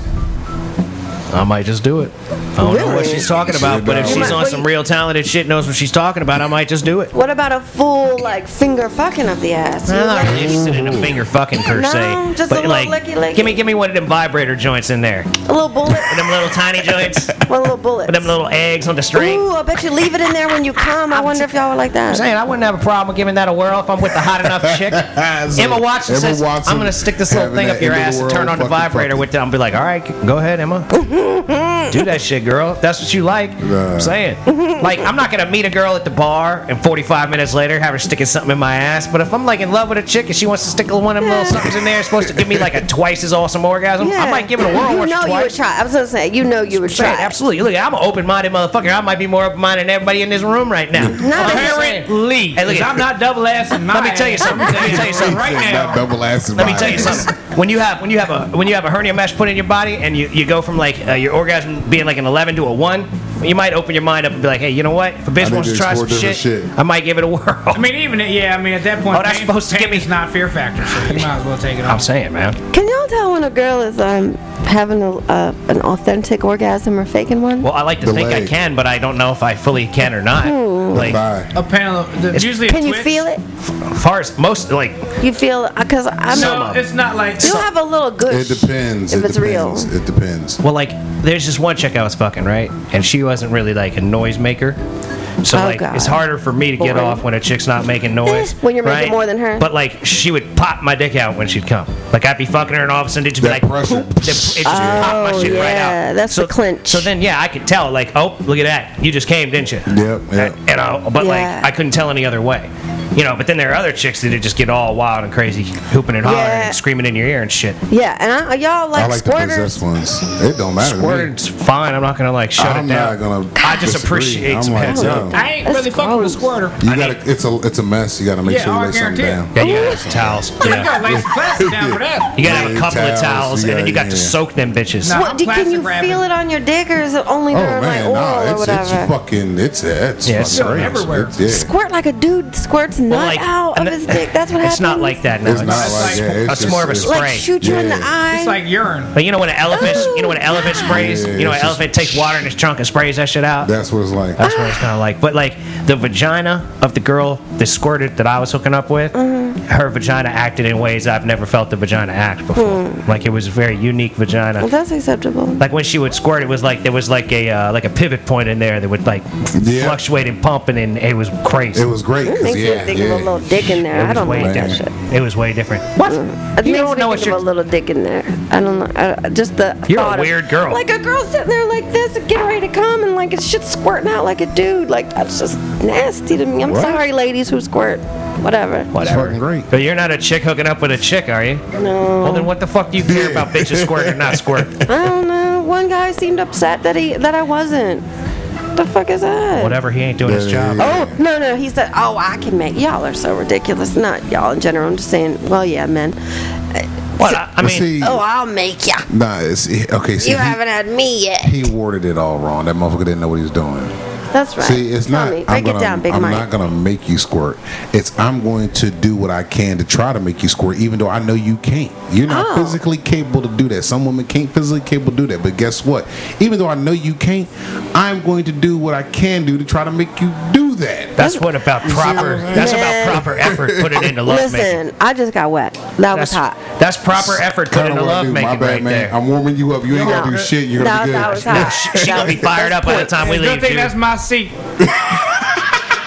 A: I might just do it. I don't know what
C: Really?
A: she's talking about, but if
B: You
A: she's
C: might-
A: on
C: well,
A: some
C: you-
A: real talented shit, knows what she's talking about, I might just do it.
C: What about a full like finger fucking of the ass? You
A: I'm not
C: like-
A: really interested in a finger fucking per se,
C: No, just a
A: but
C: little
A: like,
C: licky, licky.
A: give me give me one of them vibrator joints in there,
C: a little bullet,
A: them little tiny joints,
C: one little bullet.
A: them little eggs on the string.
C: Ooh, I bet you leave it in there when you come. I wonder if y'all would like
A: I'm
C: that.
A: saying I wouldn't have a problem giving that a whirl if I'm with a hot enough chick. Emma Watson says, "I'm gonna stick this little thing up your ass and turn on the vibrator with it." I'll be like, "All right, go ahead, Emma, do that shit, girl. If That's what you like."
B: Nah.
A: I'm saying, like, I'm not gonna meet a girl at the bar and 45 minutes later have her sticking something in my ass. But if I'm like in love with a chick and she wants to stick one of them little
C: Yeah.
A: somethings in there, it's supposed to give me like a twice as awesome orgasm,
C: Yeah.
A: I might give it a whirl
C: You
A: once
C: know
A: or
C: you would
A: twice.
C: try. I was gonna say, you know you would try.
A: Right, absolutely. Look, I'm an open-minded motherfucker. I might be more open-minded than everybody in this room right now. I'm just saying.
D: Apparently,
A: Hey, look
D: 'cause
A: at-
D: I'm not double assing my
A: Let me tell you
D: ass.
A: something. Let me tell you something
D: right now.
B: double ass
A: Let me tell you something. When you have when you have a when you have a hernia mesh put in your body and you, you go from like uh, your orgasm being like an 11 to a 1, you might open your mind up and be like, "Hey, you know what? If a
B: I
A: bitch
B: need
A: wants
B: to
A: to try some
B: explore
A: shit,
B: different shit.
A: I might give it a whirl."
D: I mean, even at, yeah, I mean at that point,
A: Oh, that's
D: pain-
A: supposed to
D: pain
A: give me-
D: is not fear factor, so you might as well take it
A: I'm
D: off.
A: saying, man.
C: Can y'all tell when a girl is um having a, uh, an authentic orgasm or faking one?
A: Well, I like to
B: The
A: think I
B: leg.
A: can, but I don't know if I fully can or not. Like,
B: Bye.
D: A panel, of, the, usually a
C: Can you
D: twitch.
C: feel it?
A: as far as most like
C: You feel because I'm.
A: Some
D: No,
A: of 'em.
D: it's not like.
C: you have a little good.
B: It depends.
C: If
B: it
C: it's
B: depends.
C: real.
B: It depends.
A: Well, like, there's this one chick I was fucking, right? And she wasn't really like a noisemaker. So,
C: Oh,
A: like,
C: God.
A: it's harder for me to get
C: Boring.
A: off when a chick's not making noise.
C: When you're making
A: right?
C: more than her.
A: But, like, she would pop my dick out when she'd come. Like, I'd be fucking her, and all of a sudden it'd just
B: That
A: be like,
B: pressure.
A: poop, then it just pop my
C: Oh,
A: shit right
C: yeah,
A: out.
C: that's
A: so,
C: the clinch.
A: So then, yeah, I could tell, like, oh, look at that. You just came, didn't you?
B: Yep, yep.
A: And, and I, but,
C: Yeah.
A: like, I couldn't tell any other way. You know, but then there are other chicks that just get all wild and crazy, hooping and hollering
C: Yeah.
A: and screaming in your ear and shit.
C: yeah, and I, uh, y'all like,
B: I like the
C: squirters.
B: possessed ones. It don't matter. to me.
A: Squirted's fine. I'm not gonna like shut
B: I'm
A: it down.
B: not gonna
A: I just
B: disagree.
A: appreciate
B: I'm
A: some
B: like,
A: heads up.
B: yo.
D: I ain't
C: That's
D: really fucking with a
C: gross.
D: squirter.
B: You gotta. It's a. It's a mess. You gotta make
D: Yeah,
B: sure you
D: I
B: lay something
D: guarantee it.
B: down.
A: Yeah, you gotta have some
C: Oh
A: towels.
D: I got
A: Yeah.
D: lace plastic down for that.
A: You gotta have a
B: Yeah,
A: couple of
B: towels,
A: towels, and then you
B: yeah,
A: got to
B: yeah.
A: soak them bitches.
D: No.
C: What, do, can
D: Plastic
C: you
D: wrapping.
C: feel it on your dick, or is it only
B: Oh
C: during like
B: man,
C: oral
B: nah,
C: or
B: it's, it's
C: whatever?
B: fucking. It's it's
A: Yeah,
B: yeah,
A: it's
B: fucking ranch.
D: everywhere.
B: It's, yeah.
C: Squirt like a dude squirts nut
A: Well,
C: out of
A: and
C: his
A: the-
C: dick. That's what happens.
A: It's not like that now.
B: It's not
D: It's
B: like
D: like-
B: yeah,
A: it's more of a
B: just-
A: spray.
C: Like shoot you in the
B: Yeah.
C: eye.
D: It's like urine.
A: But you know when an elephant,
C: Ooh,
A: you know when an elephant
C: yeah.
A: sprays,
B: Yeah,
A: you know an
B: it's just-
A: elephant takes water in its trunk and sprays that shit out.
B: That's what it's like.
A: That's what it's kind of like. But like the vagina of the girl that squirted that I was hooking up with,
C: Mm-hmm.
A: her vagina acted in ways I've never felt the vagina act before. Like it was a very unique vagina.
C: Hmm. well, that's acceptable.
A: like when she would squirt, it was like there was like a uh, like a pivot point in there that would like
B: Yeah.
A: fluctuate and pump, and, then it was crazy.
B: It was great. 'cause,
C: Makes
B: yeah,
C: me think
B: yeah.
C: of a little dick in there.
A: It
C: I
A: was
C: don't
A: way
C: like that shit. Mm.
A: different. It was way different. What?
C: It
A: You
C: makes
A: don't
C: me
A: know what
C: think of
A: you're.
C: a little dick in there. I don't know. I, I- just the
A: You're a
C: thought of-
A: weird girl.
C: Like a girl sitting there like this, getting ready to come, and like it's shit squirting out like a dude. Like that's just nasty to me. I'm
B: What?
C: sorry, ladies who squirt. Whatever.
A: Whatever.
B: fucking great.
A: But you're not a chick hooking up with a chick, are you?
C: No.
A: Well, then what the fuck do you care about bitches squirting or not squirting?
C: I don't know. One guy seemed upset that he that I wasn't. The fuck is that?
A: Whatever, he ain't doing his
B: Yeah,
A: job.
B: yeah,
C: Oh no no he said oh I can make y'all are so ridiculous not y'all in general I'm just saying well yeah men
A: What? I, I
B: But
A: mean,
B: see,
C: oh I'll make ya
B: nah, it's, okay. See,
C: you
B: he,
C: haven't had me yet
B: he worded it all wrong. That motherfucker didn't know what he was doing.
C: That's right.
B: See, it's
C: Tell
B: not.
C: me.
B: I'm,
C: Break it
B: gonna,
C: down, Big
B: I'm
C: Mike.
B: not gonna make you squirt. It's I'm going to do what I can to try to make you squirt, even though I know you can't. You're not
C: Oh.
B: physically capable to do that. Some women can't physically capable to do that. But guess what? Even though I know you can't, I'm going to do what I can do to try to make you do that.
A: That's what about proper. That's
C: Man.
A: about proper effort put it into love making.
C: Listen, I just got wet. That
A: That's,
C: was hot.
A: that's proper effort put
B: Kinda
A: into
B: what I
A: love
B: do. My
A: making
B: bad,
A: right
B: man.
A: there.
B: I'm warming you up. You ain't gotta do
C: No.
B: shit. You're gonna
C: That,
B: be good.
C: that was hot.
A: She's gonna be fired up by the time we
D: Good
A: leave.
D: thing
A: dude.
D: that's my seat.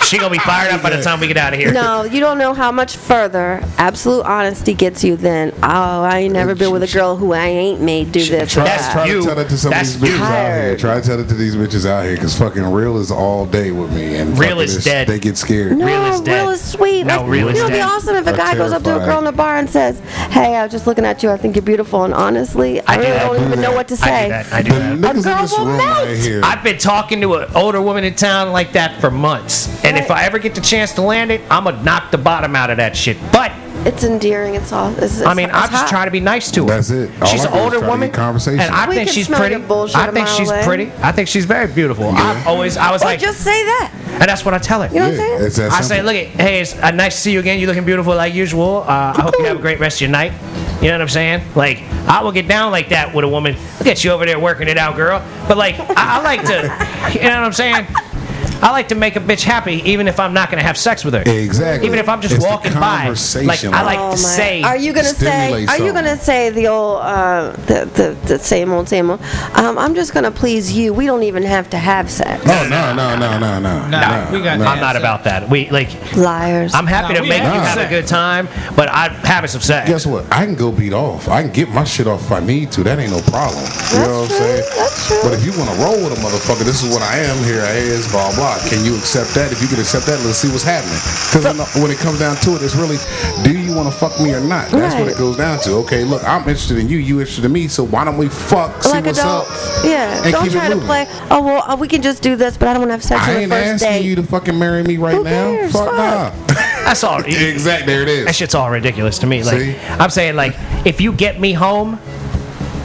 A: She gonna be fired up by the time we get out of here.
C: No, you don't know how much further absolute honesty gets you than, oh, I ain't never been with a girl who I ain't made do this. or
B: Try,
A: That's
C: that."
B: try
A: you.
B: to tell that to some
A: That's
B: of these bitches
A: you.
B: out here.
C: Tired.
B: Try to tell it to these bitches out here, because fucking real is all day with me, and
A: Real
B: fucking
A: is
B: it's-
A: dead.
B: They get scared.
C: No,
A: Real is dead.
C: sweet.
A: No,
C: Like,
A: real
C: you
A: is
C: know, it'd be
A: dead.
C: awesome if a
B: Or
C: guy goes up to a
B: terrified.
C: girl in a bar and says, "Hey, I was just looking at you. I think you're beautiful." And honestly, I,
A: do
C: really
A: that.
C: don't
A: I do
C: even know
B: that.
C: what to
A: I do
C: say.
A: that. I
B: The
A: do that.
B: niggas in
C: girl
B: this
C: will
B: room
C: melt.
B: right here.
A: I've been talking to an older woman in town like that for months, and if I ever get the chance to land it, I'm gonna knock the bottom out of that shit. But
C: It's endearing. It's all. It's, it's,
A: I mean,
C: it's
A: I'm just
C: hot.
A: trying to be nice to her.
B: That's it. All
A: she's
B: I
A: an
B: do is
A: older
B: try to
A: woman,
B: get conversation.
A: and I
C: We
A: think
C: can
A: she's
C: smell
A: pretty.
C: your bullshit
A: I
C: a
A: think
C: mile
A: she's
C: away.
A: pretty. I think she's very beautiful. I've always, I was
C: Or
A: like,
C: just say that.
A: and that's what I tell her.
C: You know
B: Yeah,
C: what I'm saying?
B: it's that
A: I say,
B: simple.
A: look, it, hey, it's uh, nice to see you again. You're looking beautiful like usual. Uh, I hope you have a great rest of your night. You know what I'm saying? Like, I will get down like that with a woman. Look at you over there working it out, girl. But like, I, I like to, you know what I'm saying? I like to make a bitch happy, even if I'm not gonna have sex with her.
B: Exactly.
A: Even if I'm just
B: It's the
A: walking by, like
B: conversation,
A: I
B: like-
A: like to say,
C: Oh Are you gonna say?
B: stimulate
C: Are you
B: something.
C: gonna say the old, uh, the, the the same old, same old? Um, I'm just gonna please you. We don't even have to have sex.
B: Oh no no no no no
D: No, we got
A: I'm
D: that.
A: not about that. We like,
C: Liars.
A: I'm happy
D: No,
A: to
D: we
A: make you
D: having
A: have a
D: sex.
A: good time, but I'm having some sex.
B: Guess what? I can go beat off. I can get my shit off if I need to. That ain't no problem. You know what I'm
C: true.
B: saying?
C: That's true.
B: But if you want to roll with a motherfucker, this is what I am. Here I is. Blah blah. Can you accept that? If you can accept that, let's see what's happening. Because when it comes down to it, it's really, do you want to fuck me or not? That's what
C: Right.
B: it goes down to. Okay, look, I'm interested in you. You interested in me. So why don't we fuck? See
C: like
B: what's
C: adults.
B: up.
C: Yeah.
B: and
C: don't
B: keep it
C: try to
B: moving.
C: play. Oh well, uh, we can just do this, but I don't want to have sex
B: I
C: on
B: ain't
C: the first
B: asking
C: date.
B: you to fucking marry me right
C: Who
B: now.
C: cares?
B: Fuck
C: Fuck.
B: nah.
A: That's all.
B: exactly. There it is.
A: That shit's all ridiculous to me. Like
B: See?
A: I'm saying, like if you get me home,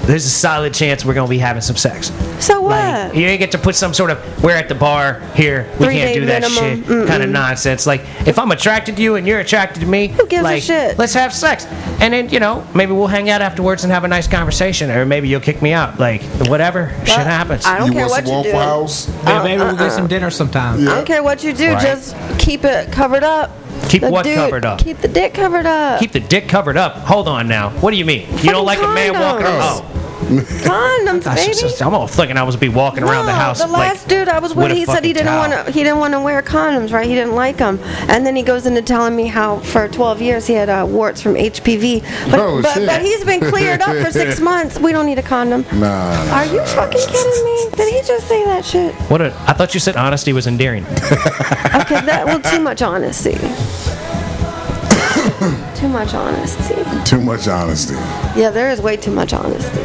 A: there's a solid chance we're gonna be having some sex.
C: so what?
A: Like you ain't get to put some sort of we're at the bar here, we
C: Three-day
A: can't do that
C: minimum.
A: shit kind of nonsense. Like if I'm attracted to you and you're attracted to me, who
C: gives a
A: like,
C: shit?
A: Let's have sex, and then you know maybe we'll hang out afterwards and have a nice conversation, or maybe you'll kick me out. Like whatever, shit
C: Well,
A: happens.
C: I don't
B: you
C: care
B: want
C: what
B: some
C: you do. Uh,
B: Waffle House?
D: Yeah, maybe we'll get some dinner sometime.
C: I don't care what you do.
A: Right.
C: Just keep it covered up.
A: Keep what covered up?
C: Keep the dick covered up.
A: Keep the dick covered up. Hold on now. What do you mean? You don't like a man walking?
C: condoms.
A: Oh.
C: condoms,
A: I
C: baby.
A: should- I'm all thinking I was be walking around the
C: No,
A: house.
C: The
A: like,
C: last dude I was with,
A: a
C: he said
A: fucking
C: he didn't
A: towel.
C: want to. He didn't want to wear condoms, right? He didn't like them. And then he goes into telling me how for 12 years he had uh, warts from HPV. But,
B: Oh,
C: but,
B: shit.
C: but he's been cleared up for six months. We don't need a condom.
B: Nah. nah.
C: Are you fucking kidding me? Did he just say that shit?
A: What? A, I thought you said honesty was endearing.
C: Okay, that well, too much honesty. too much honesty.
B: Too much honesty.
C: Yeah, there is way too much honesty.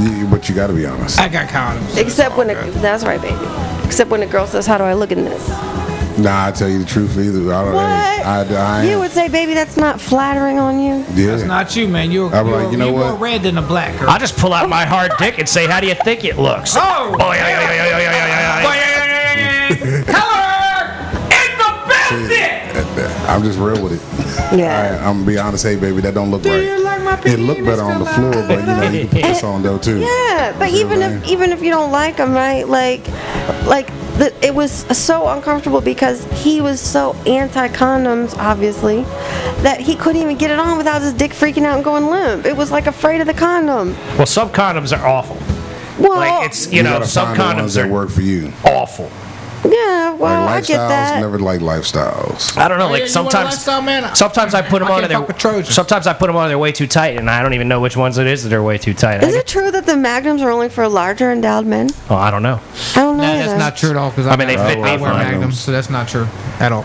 B: You, but you got to be honest.
D: I got condoms.
C: Except when a, that's right, baby. Except when a girl says, "How do I look in this?"
B: Nah, I tell you the truth either. I don't.
C: What?
B: I, I, I
C: you would say, "Baby, that's not flattering on you."
B: yeah.
D: That's not you, man. You're,
B: I'm like,
D: you're,
B: you know
D: you're more
B: what?
D: red than a black girl.
A: I just pull out my hard dick and say, "How do you think it looks?"
D: Oh!
A: Boy, yeah, yeah, yeah, yeah, yeah, yeah, yeah, yeah.
D: Color in the basket!
B: I'm just real with it.
C: Yeah.
B: I, I'm gonna be honest. Hey, baby, that don't look right.
D: you like my
B: it looked
D: penis
B: better on the
D: color?
B: floor, but you know you can put this on though too.
C: Yeah, but
B: You know
C: even
B: what I mean?
C: if even if you don't like him, right? Like, like the, it was so uncomfortable because he was so anti condoms, obviously, that he couldn't even get it on without his dick freaking out and going limp. It was like afraid of the condom.
A: Well, some condoms are awful.
C: Well,
D: Oh.
A: Like it's you,
B: You
A: know
B: gotta
A: some
B: find the ones
A: condoms
B: that
A: are
B: work for you.
A: awful.
C: yeah, well, Oh, I
B: like
C: get
B: lifestyles
C: that.
B: never like lifestyles.
A: I don't know.
D: Oh,
A: Like
D: yeah, you want a
A: sometimes,
D: lifestyle man?
A: sometimes I put them
D: I
A: on
D: can't
A: and
D: fuck with
A: they're
D: Trojans.
A: sometimes I put them on and they're way too tight, and I don't even know which ones it is that are way too tight.
C: Is
A: I,
C: it true that the magnums are only for larger endowed men?
A: Oh, I don't know.
C: I don't know.
D: No, that's
C: either.
D: not true at all. Because
A: I mean, they fit me
D: I wear
A: fine.
D: magnums, so that's not true at all.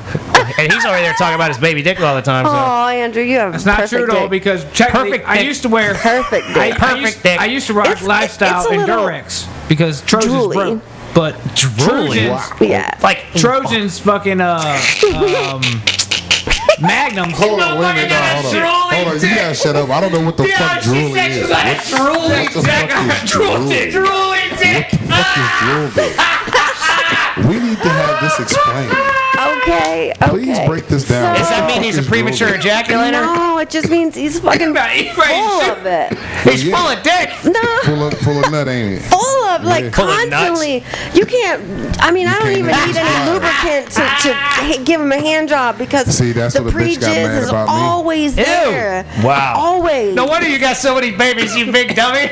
A: and he's already there talking about his baby dick all the time. So.
C: Oh, Andrew, you have
D: That's not
C: perfect
D: true at all.
C: dick.
D: Because check,
A: Perfect
D: I
A: dick.
D: used to wear
C: perfect dick.
D: I, I,
A: Perfect
D: used,
A: dick.
D: I used to rock
C: It's-
D: lifestyle
C: it's a
D: and
C: little
D: Durex because Trojans
C: drooly.
D: broke. But
A: Drooly?
D: Trojans,
B: Wow.
C: yeah.
A: Like
D: Trojans, fucking uh, um, Magnums.
B: Hold on, wait a minute, dog, hold on. Hold on, you gotta shut up. I don't know what the fuck drooling is. What
D: drooly
B: the fuck is drooling? What the fuck is drooling? We need to have this explained.
C: Okay, okay.
B: Please break this down.
C: So-
A: Does that mean he's a premature ejaculator?
C: No, it just means he's fucking
D: Right, right,
C: full
D: sure.
C: of it.
A: He's full of dick.
C: No,
B: Full of, full of nut, ain't it?
C: full of like
A: Full of nuts.
C: constantly. You can't. I mean, I don't
B: can't
C: even
B: make
C: need
B: it
C: any
B: dry.
C: lubricant to, to ha- give him a hand job because
B: See, that's
C: the
B: what the
C: pre
B: bitch got
C: jizz
B: mad
C: is
B: about me.
C: always there.
A: Wow.
C: Always.
A: No wonder you got so many babies, you big dummy.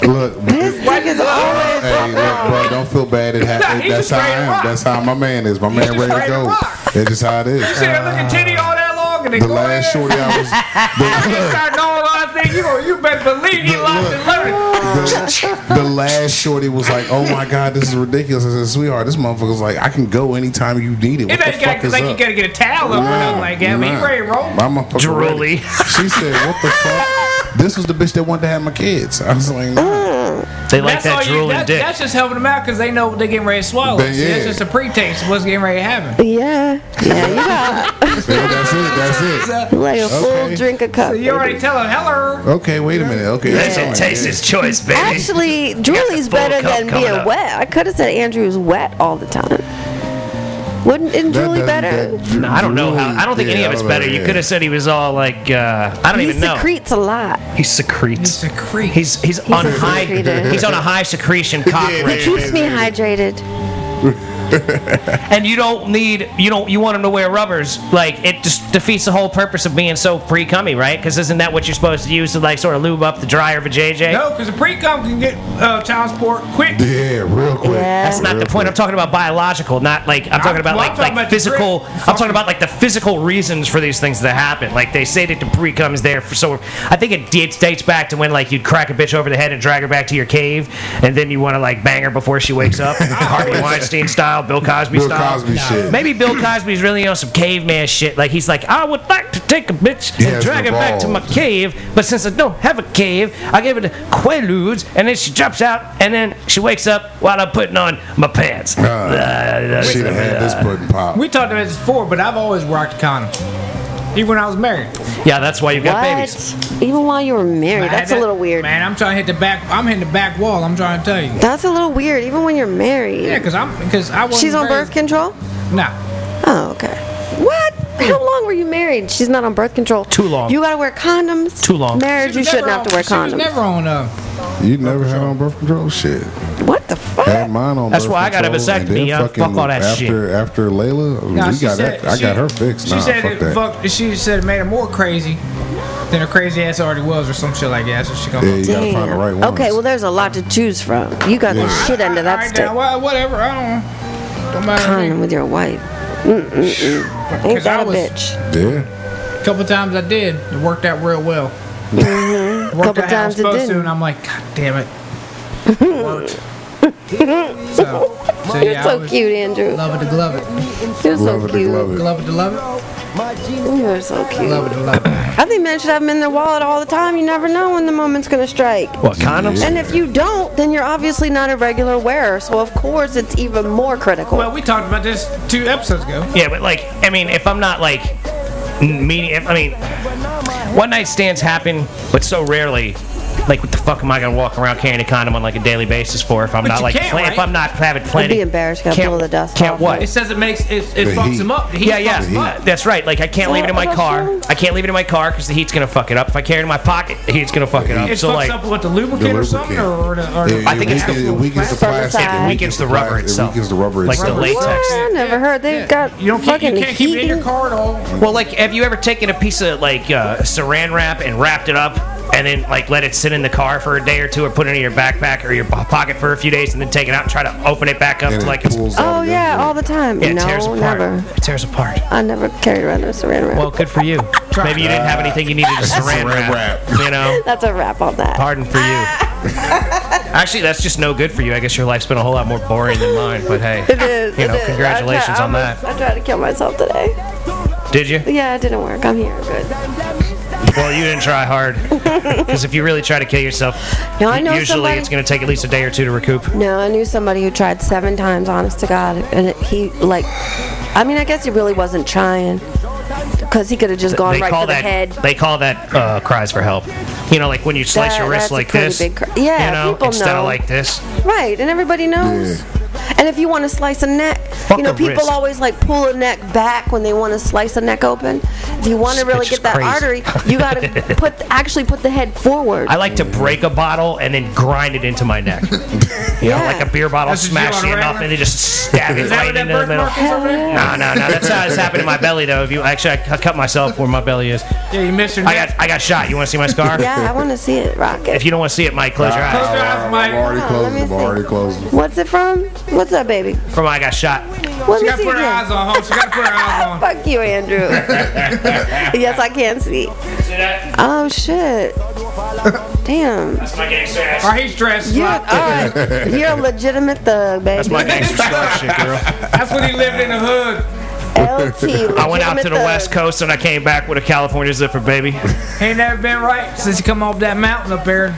B: Look,
C: His dick is always.
B: hey, look, bro, don't feel bad. It happened.
D: Nah, he
B: That's
D: just
B: how I
D: ready to
B: am.
D: rock.
B: That's how my man is. My man
D: just
B: ready to
D: ready to
B: go.
D: rock.
B: It's just how it
D: Sit there
B: is.
D: looking titty all that long and then
B: The
D: go
B: last
D: ahead.
B: shorty I was. The,
D: Start knowing a lot of things. You, gonna- you better believe he lost and learned.
B: the, the last shorty was like, "Oh my god, this is ridiculous." I said, "Sweetheart, this motherfucker's like, I can go anytime you need it." What
D: It
B: the
D: ain't
B: fuck
D: got,
B: is
D: like
B: up?
D: you gotta get a towel up or nothing like that. But
B: nah.
D: you ready to roll?
B: My motherfucker
A: Drooly.
B: ready. She said, "What the fuck?" This was the bitch that wanted to have my kids. I was like, "No."
A: They like that
D: you,
A: drooling
D: that-
A: dick.
D: That's just helping them out because they know what they're getting ready to swallow.
B: Then,
D: See, that's
B: yeah.
D: just a pre-taste of what's getting ready to happen.
C: Yeah, yeah. You got
B: So "Oh, that's it. That's it."
C: like a
B: Okay.
C: full drink of cup.
D: You already tell them, hello.
B: Okay, wait a minute. Okay,
A: That's
B: fine,
A: a taster's choice, baby.
C: Actually, Julie's
A: full
C: better
A: cup
C: than
A: coming
C: being
A: up.
C: wet. I could have said Andrew was wet all the time. Wouldn't isn't
B: That
C: Julie
B: doesn't-
C: better?
B: that
A: No, I don't know how. I don't think
B: yeah,
A: any of
B: I
A: it's
B: don't
A: better.
B: know,
A: You
B: yeah.
A: could have said he was all like, uh, I don't
C: he
A: even know.
C: secretes a lot.
A: He secretes.
D: It's a creep.
A: He's he's on
C: a
A: high.
C: secretor.
A: He's on a high secretion cock
B: Yeah,
A: rate.
C: Keeps me hydrated.
A: and you don't need you don't you want him to wear rubbers like it just defeats the whole purpose of being so pre cummy right because isn't that what you're supposed to use to like sort of lube up the dryer for JJ
D: No, because the pre-cum can get uh, child support quick.
B: Yeah, real quick.
C: Yeah.
A: that's not the point I'm talking about biological not like I'm talking about
D: well,
A: like
D: I'm talking
A: like
D: about the
A: physical
D: pre-
A: I'm talking about like the physical reasons for these things that happen like they say that the pre cum is there for so I think it dates, dates back to when like you'd crack a bitch over the head and drag her back to your cave and then you want to like bang her before she wakes up Harvey Weinstein style Bill Cosby
B: Bill
A: style
B: Cosby shit.
A: Maybe Bill Cosby's really on some caveman shit. Like he's like, I would like to take a bitch
B: He
A: and
B: has
A: drag her back to my
B: evolved.
A: cave, but since I don't have a cave, I give her the quaaludes, and then she drops out, and then she wakes up while I'm putting on my pants.
B: Uh, she'd have had this pudding pop.
D: We talked about this before, but I've always rocked a condom. Even when I was married.
A: Yeah, that's why you've got babies.
C: What? Even while you were married,
D: I had
C: that's a
D: that-
C: little weird.
D: Man, I'm trying to hit the back. I'm hitting the back wall. I'm trying to tell you.
C: That's a little weird, even when you're
D: Yeah,
C: married.
D: because I'm because I was.
C: She's on birth control.
D: Nah,
C: Oh, okay. What? How long were you married? She's not on birth control.
A: Too long.
C: You gotta wear condoms.
A: Too long.
C: Marriage,
D: She
C: you
D: was
C: shouldn't
D: never
C: have to
D: on-
C: wear
D: She
C: condoms.
D: was never on. Uh,
B: You never had on birth control shit.
C: what the fuck?
B: Had mine on.
A: That's
B: birth
A: why I got a
B: control, and then
A: vasectomy, huh?
B: fucking
A: Fuck all that
B: after,
A: shit.
B: After Layla,
D: nah,
B: we
D: she
B: got
D: said,
B: that. I
D: she-
B: got her fixed.
D: She
B: Nah,
D: said
B: fuck
D: it.
B: that.
D: Fuck, she said it made her more crazy than her crazy ass already was, or some shit like that. So she gonna.
B: Yeah, you gotta find the right one.
C: Okay, well, there's a lot to choose from. You got the
B: Yeah.
C: shit under that
D: Alright,
C: stick.
D: now, wha- whatever. I don't. Don't matter. to me.
C: Condom with your wife. Mm-mm-mm. Ain't
D: Because I
C: that a
D: was-
C: bitch?
B: yeah.
D: couple times I did. It worked out real well. Worked
C: Mm-hmm. Couple
D: out how I
C: times
D: was
C: it
D: supposed to,
C: didn't.
D: and I'm like, God damn it. It worked. so, so
C: You're
D: yeah, I
C: so
D: was-
C: cute, Andrew.
D: Love it to glove it.
C: You're so
B: Love it,
C: cute.
B: love it.
D: Love it to love it.
C: You're so
D: Love
C: cute.
D: it to love it.
C: I think men should have them in their wallet all the time. You never know when the moment's gonna strike.
A: What condoms?
C: And if you don't, then you're obviously not a regular wearer. So of course, it's even more critical.
D: Well, we talked about this two episodes ago.
A: Yeah, but like, I mean, if I'm not like meaning, if, I mean, one night stands happen, but so rarely. Like, what the fuck am I gonna walk around carrying a condom on like a daily basis for if I'm
D: But
A: not
D: you
A: like
D: can't,
A: plan- if
D: right?
A: I'm not having planning?
C: embarrassed, gotta blow the dust
A: Can't
C: off
A: what?
D: It says it makes it, it
B: The
D: fucks
B: heat.
D: him up. The heat
A: yeah, yeah,
D: fucks him up.
A: that's right. Like I can't leave it in my car. I can't leave it in my car because the heat's gonna fuck it up. If I carry it in my pocket, the heat's gonna fuck it up.
D: It
A: So
D: fucks
A: like,
D: up with the lubricant or something, or, the, or the,
B: Yeah,
A: I think
B: it
A: it's
B: weakens-
A: the-
B: it weakens the
C: From the
B: plastic.
C: side.
A: it weakens the
B: plastic,
A: rubber itself.
B: It weakens the rubber
A: Like
B: itself.
A: the
C: What?
A: latex.
C: I never heard they've got
D: you don't keep,
C: fucking
D: you can't keep it in your
C: heat.
D: car at all.
A: Well, like, have you ever taken a piece of like uh, saran wrap and wrapped it up, and then like let it sit in the car for a day or two, or put it in your backpack or your po- pocket for a few days, and then take it out and try to open it back up
B: And
A: to like
B: it pulls
C: Oh yeah, all the time.
A: yeah, it
C: no,
A: tears apart.
C: never.
A: It tears apart.
C: I never carried around a saran wrap.
A: Well, good for you. Maybe you didn't have anything you needed to saran,
B: Saran
A: wrap.
B: wrap.
A: You know,
C: That's a wrap on that.
A: pardon for you. Actually, that's just no good for you. I guess your life's been a whole lot more boring than mine. But hey,
C: It is.
A: You
C: it
A: know,
C: is. I
A: congratulations
C: tried-
A: on
C: I almost-
A: that.
C: I tried to kill myself today.
A: Did you?
C: Yeah, it didn't work. I'm here. I'm Good.
A: Well, you didn't try hard. Because if you really try to kill yourself,
C: No, I know
A: usually
C: somebody-
A: it's going to take at least a day or two to recoup.
C: No, I knew somebody who tried seven times, honest to God, and it, he like, I mean, I guess he really wasn't trying, because he could have just gone
A: they
C: right
A: call
C: for the
A: that
C: head.
A: they call that uh, cries for help. You know, like when you slice
C: That-
A: your
C: that's
A: wrist
C: a
A: like
C: pretty
A: this.
C: big cri- yeah,
A: you know,
C: people
A: instead
C: know.
A: of like this.
C: Right, and everybody knows.
B: Yeah.
C: And if you want to slice a neck,
A: Fuck
C: you know,
A: a
C: people
A: wrist.
C: always like pull a neck back when they want to slice a neck open. If you want to
A: This
C: really
A: bitch
C: get
A: is
C: that
A: crazy.
C: artery, you got to put actually put the head forward.
A: I like to break a bottle and then grind it into my neck. You know,
C: Yeah.
A: like a beer bottle,
D: That's what you
A: smash
D: want,
A: it
D: right?
A: enough, and then just stab it
D: Is that
A: right
D: what that
A: into the middle.
D: birthmark is over there?
A: No, no, no. That's how it's happened in my belly, though. If you actually, I cu- cut myself where my belly is. I
D: Yeah, you missed your neck.
A: got, I got shot. You want to see my scar?
C: yeah, I want to see it rocket.
A: If you don't want to see it, Mike, close your eyes.
D: Close your eyes, Mike.
B: I'm already
C: Hold on,
B: closed.
C: let
B: I'm
C: me
B: already
C: see.
B: closed.
C: What's it from? What's up, baby?
A: From when I got shot.
C: Let
D: She
C: me
D: got to
C: see
D: put her
C: again.
D: eyes on, home. She got to put her eyes on.
C: Fuck you, Andrew. yes, I can see.
A: See that?
C: Oh shit. Damn.
A: That's my gangster ass.
D: Or he's dressed.
C: You're, all
D: like-
C: right. You're a legitimate thug, baby.
A: That's my gangster ass shit, girl.
D: That's when he lived in the hood.
C: LT.
A: I went out to
C: legitimate
A: the
C: thug.
A: West Coast and I came back with a California zipper, baby.
D: Ain't never been right since he come off that mountain up there.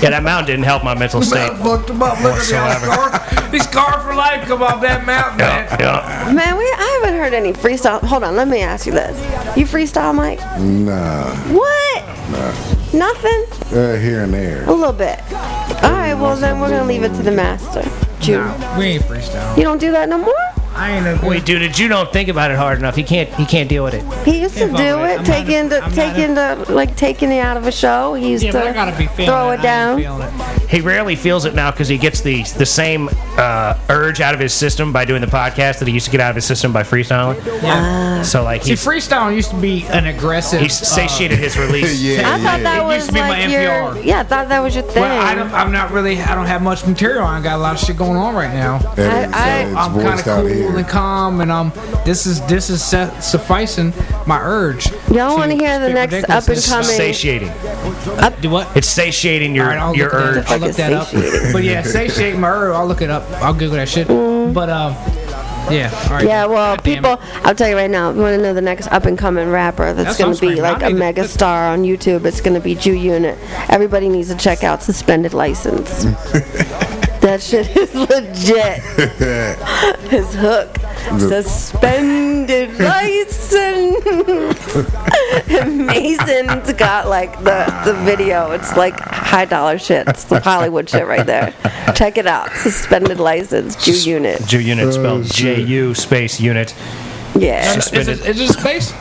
A: Yeah, that mountain didn't help my mental state.
D: Fucked him up. Look at
A: Whatsoever.
D: the scar. He's scarred for life. Come off that mountain,
A: Yeah,
D: man.
A: yeah.
C: Man, we I haven't heard any freestyle. Hold on, let me ask you this. You freestyle, Mike?
B: Nah,
C: What? Nothing?
B: uh, here and there.
C: A little bit. All right, well then we're gonna leave it to the master. Jew.
D: We ain't freestyle.
C: You don't do that no more?
D: I ain't a
A: Wait, dude, did you don't think about it hard enough? He can't, he can't deal with it.
C: He used to
D: If I'm
C: do it,
D: right, I'm not a-
C: taking the
D: I'm not
C: taking the like taking it out of a show. He used
D: Yeah, but I
C: to
D: gotta be feeling
C: throw
D: it.
C: it
D: I
C: down.
D: ain't feeling it.
A: He rarely feels it now because he gets the the same uh, urge out of his system by doing the podcast that he used to get out of his system by freestyling.
D: Yeah.
A: So like
D: See,
A: he
D: freestyle used to be an aggressive.
A: he satiated his release.
B: yeah,
C: I thought that
D: It used
C: was
D: to be my
C: like your
D: NPR.
C: yeah. I thought that was your thing.
D: Well, I don't, I'm not really. I don't have much material. I got a lot of shit going on right now.
B: That
C: I-
B: is-
C: I-
B: that is
D: I'm kind of
B: uh, voiced out
D: cool
B: here.
D: and calm, and um, this is this is su- sufficing my urge.
C: Y'all wanna hear the
D: spit
C: next
D: ridiculous
C: up and
D: stuff.
C: coming-
A: Satiating.
D: Do what?
A: It's satiating
D: All
A: your
D: right, I'll
A: your
D: look it
A: urge.
D: up. I'll look that up. but yeah, satiate my urge. I'll look it up. I'll Google that shit. But um, yeah. All right.
C: Mm. yeah, well,
D: God damn it.
C: people, I'll tell you right now, if you want to know the next up and coming rapper that's,
D: That's what
C: going
D: I'm
C: to be
D: screaming.
C: like
D: I
C: a
D: need to-
C: mega star on YouTube, it's going to be Jew Unit. Everybody needs to check out Suspended License. that shit is legit. His hook. Suspended license. And Mason's got like the, the video. It's like high dollar shit. It's the Hollywood shit right there. Check it out. Suspended license. Jew unit.
A: Jew unit spelled J U space unit.
C: Yeah.
D: Is it, is it space?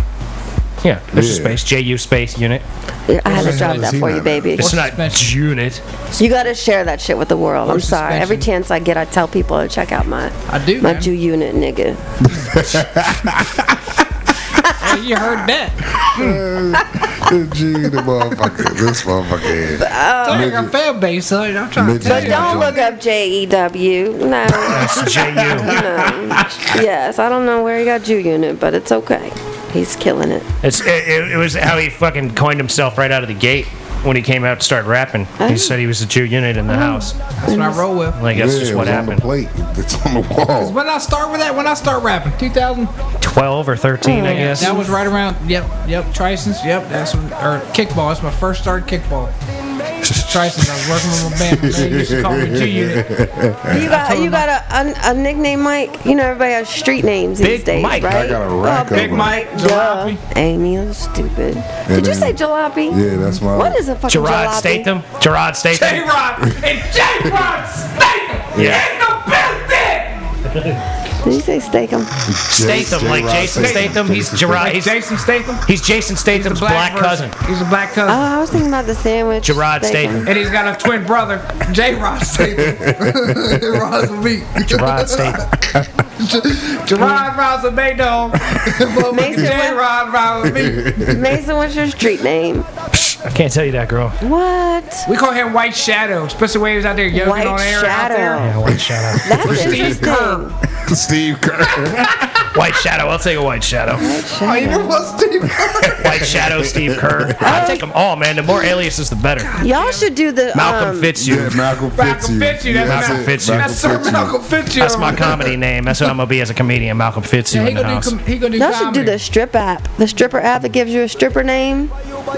A: Yeah, there's a
B: Yeah.
A: space J U space unit.
C: I had to
B: Or
C: drop that for you,
B: suspension.
C: baby.
A: It's not
D: suspension.
A: unit.
C: You gotta share that shit with the world. I'm sorry. Every
D: suspension.
C: chance I get, I tell people to check out my
D: I do,
C: my
D: man.
C: Jew unit, nigga.
D: Hey, you heard that?
B: Gee, the motherfucker. This motherfucker. Here.
D: Tell you I got fan base, son. I'm trying
B: Midget.
D: to tell you.
B: Yeah,
C: Don't
B: Jew.
C: look up J E W. No.
A: It's J U.
C: yes, I don't know where he got Jew unit, but it's okay. He's killing it.
A: It's it, it, it was how he fucking coined himself right out of the gate when he came out and started rapping.
D: Oh.
A: He said he was a Jew unit in the house.
D: That's what I roll with.
A: Like that's just
B: it
A: what
B: was On the
A: happened.
B: plate. It's on the wall.
D: When I start with that, when I start rapping, 2000.
A: 12 or 13, I guess.
D: That was right around. Yep, yep. Trison's. Yep, that's when, or kickball. That's my first start kickball. Trison's. I was working with my band. They used to call me G Unit.
C: You got you got a, a, a nickname, Mike. You know everybody has street names
A: Big
C: these days,
A: Mike. I
C: right?
B: got a rack
C: Oh,
B: of
D: Big Mike,
C: Duh.
D: Jalopy.
C: Amy, you're stupid. Did you
B: then-
C: say jalopy?
B: Yeah, that's my.
C: What is a fucking
A: Gerard
C: jalopy?
A: Statham. Gerard
D: J
A: Statham.
D: Rod and J Rod Statham
A: Yeah.
D: in the building.
C: Did you say Statham?
A: Statham, like
B: Gerard
A: Jason
B: Statham.
A: Statham. He's
B: Jason
A: Gerard.
D: Like
A: Uh, He's,
D: Jason Statham.
A: he's Jason Statham's black,
D: version.
A: cousin.
D: He's a black
C: Oh,
D: cousin.
C: I was thinking about the sandwich.
A: Gerard Statham.
D: And he's got a twin brother, J Rod Statham. Rod's me.
A: Gerard Statham.
D: Gerard Rod's a big dog.
C: Mason,
D: J
C: what-
D: Rod Rod's me.
C: Mason, what's your street name?
A: I can't tell you that, girl.
C: What?
D: We call him White Shadow, especially when he was out there yoking
C: White
D: on air out there.
C: Shadow.
A: Yeah, White Shadow.
C: That's
D: Steve Kerr.
C: interesting.
B: Steve Kerr.
A: White Shadow. I'll take a White Shadow.
D: Oh, you know what, Steve?
A: White Shadow, Steve Kerr.
D: Um,
A: I'll take them all, man. The more aliases, the better.
C: Y'all should do the
A: Malcolm
C: um,
A: Fitzhugh.
B: yeah, Malcolm Fitzhugh.
D: Malcolm Fitzhugh.
B: Yeah,
D: That's
B: that's
D: Malcolm
B: it.
A: Fitzhugh.
D: That's Sir
B: Fitzhugh.
D: Malcolm Fitzhugh.
A: That's my comedy name. That's what I'm going to be as a comedian, Malcolm Fitzhugh
D: Yeah, he
A: in the
D: gonna
A: house.
D: do, com- he gonna do
C: Y'all should
D: comedy.
C: do the strip app, the stripper app that gives you a stripper name,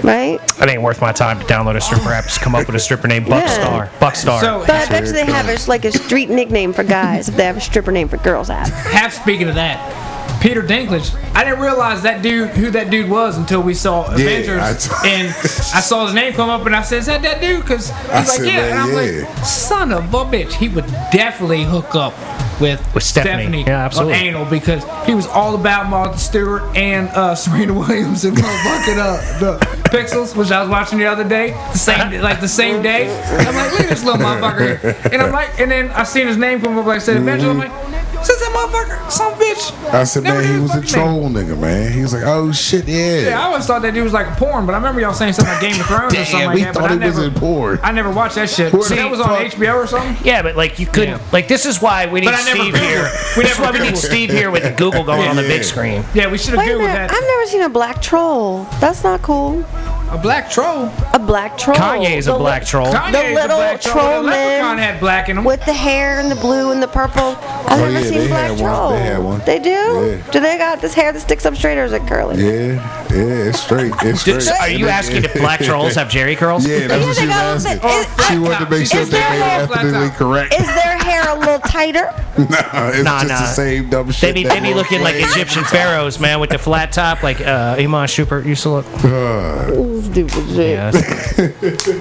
C: right?
A: It ain't worth my time to download a stripper app. Just come up with a stripper named Buck
C: Yeah.
A: Star. Buck Star.
D: So,
C: But I bet you they have it's like a street nickname for guys if they have a stripper name for girls app.
D: half speaking of that, Peter Dinklage. I didn't realize that dude who that dude was until we saw Avengers,
B: I-
D: and I saw his name come up, and I said, "Is that that dude?" Because he's
B: I
D: like,
B: said,
D: "Yeah,"
B: "Man,
D: and I'm
B: yeah."
D: like, "Son of a bitch, he would definitely hook up." With,
A: With Stephanie. Yeah, absolutely.
D: on anal because he was all about Martha Stewart and uh, Serena Williams and fucking uh, the Pixels, which I was watching the other day, the same like the same day. I'm like, look at this little motherfucker, here. and I'm like, and then I seen his name come up, like I said, eventually, I'm like, since that motherfucker, some bitch.
B: I said,
D: Never
B: man,
D: knew
B: he
D: his
B: was a
D: fucking name.
B: troll nigga, man. He was like, oh shit, yeah.
D: Yeah, I always thought that dude was like a porn, but I remember y'all saying something like Game of Thrones or something
B: Damn,
D: like
B: he
D: that.
B: thought
D: but
B: he
D: I never,
B: was in porn.
D: I never watched that shit.
B: Whoever
D: See, that was on
B: thought-
D: HBO or something.
A: Yeah, but like you couldn't.
D: Yeah.
A: Like this is why we need
D: But I never
A: Steve
D: Googled.
A: here.
D: We
A: this is
D: never
A: why we need
D: Googled.
A: Steve here with Google going on the
B: Yeah.
A: big screen.
D: Yeah, we should have
C: Wait a
D: Googled
C: minute, I've
D: that.
C: never seen a black troll. That's not cool.
D: A black troll.
C: A black troll.
A: Kanye's a
C: The
A: black
C: li-
A: troll.
D: Kanye's
C: The
D: a
C: little
D: black troll.
C: troll
D: The leprechaun
C: man
D: had black in him.
C: with the hair and the blue and the purple. I've
B: Oh,
C: never
B: yeah,
C: seen
B: they
C: black
B: had one.
C: troll.
B: They had one.
C: They do?
B: Yeah.
C: Do they got this hair that sticks up straight or is it curly?
B: Yeah, yeah, it's straight. It's straight.
A: Did- so are you asking if black trolls have Jerry curls?
B: Yeah, that's what she
C: they got
B: was
C: them-
B: asking.
C: is-
B: She wanted to make sure
C: Is there
B: that
D: a-
B: they were ethnically correct.
C: Is their hair a little tighter?
B: No, it's
A: Nah,
B: just
A: nah.
B: the same dumb
A: They
B: shit.
A: be,
B: that
A: they be
B: we're
A: looking like
B: playing.
A: Egyptian pharaohs, man, with the flat top, like uh, Iman Shupert used to look.
C: Stupid shit.
A: Yeah.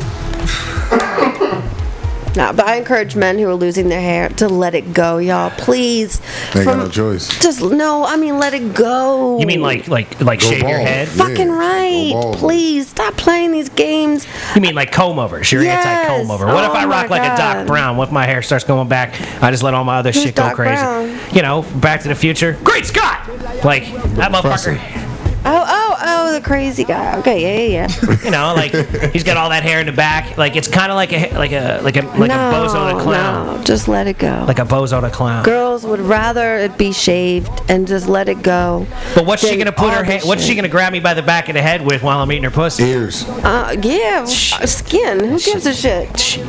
C: Nah, but I encourage men who are losing their hair to let it go, y'all. Please.
B: They ain't got
C: From-
B: no choice.
C: Just no. I mean, let it go.
A: You mean like like like
B: Go
A: shave your
B: bald.
A: head?
B: Yeah,
C: Fucking
B: go
C: right.
B: bald.
C: Please stop playing these games.
A: You mean like comb overs? You're
C: Yes.
A: anti comb over. What if
C: Oh
A: I
C: my
A: rock like a Doc
C: God.
A: Brown? What if my hair starts going back? I just let all my other shit go
C: Doc
A: crazy.
C: Brown?
A: You know, Back to the Future. Great Scott! Like that
B: Professor.
A: motherfucker.
C: Oh, oh, oh, the crazy guy. Okay, yeah, yeah, yeah.
A: You know, like he's got all that hair in the back. Like it's kind of like a like a like a like
C: no,
A: a bozo to clown.
C: no, just let it go.
A: Like a bozo to clown.
C: Girls would rather it be shaved and just let it go.
A: But what's she
C: than
A: gonna put
C: all
A: her?
C: this
A: hand? what's she
C: shit.
A: gonna grab me by the back of the head with while I'm eating her pussy?
B: Ears.
C: Uh, yeah, uh, skin. Who gives a shit?
A: Shit.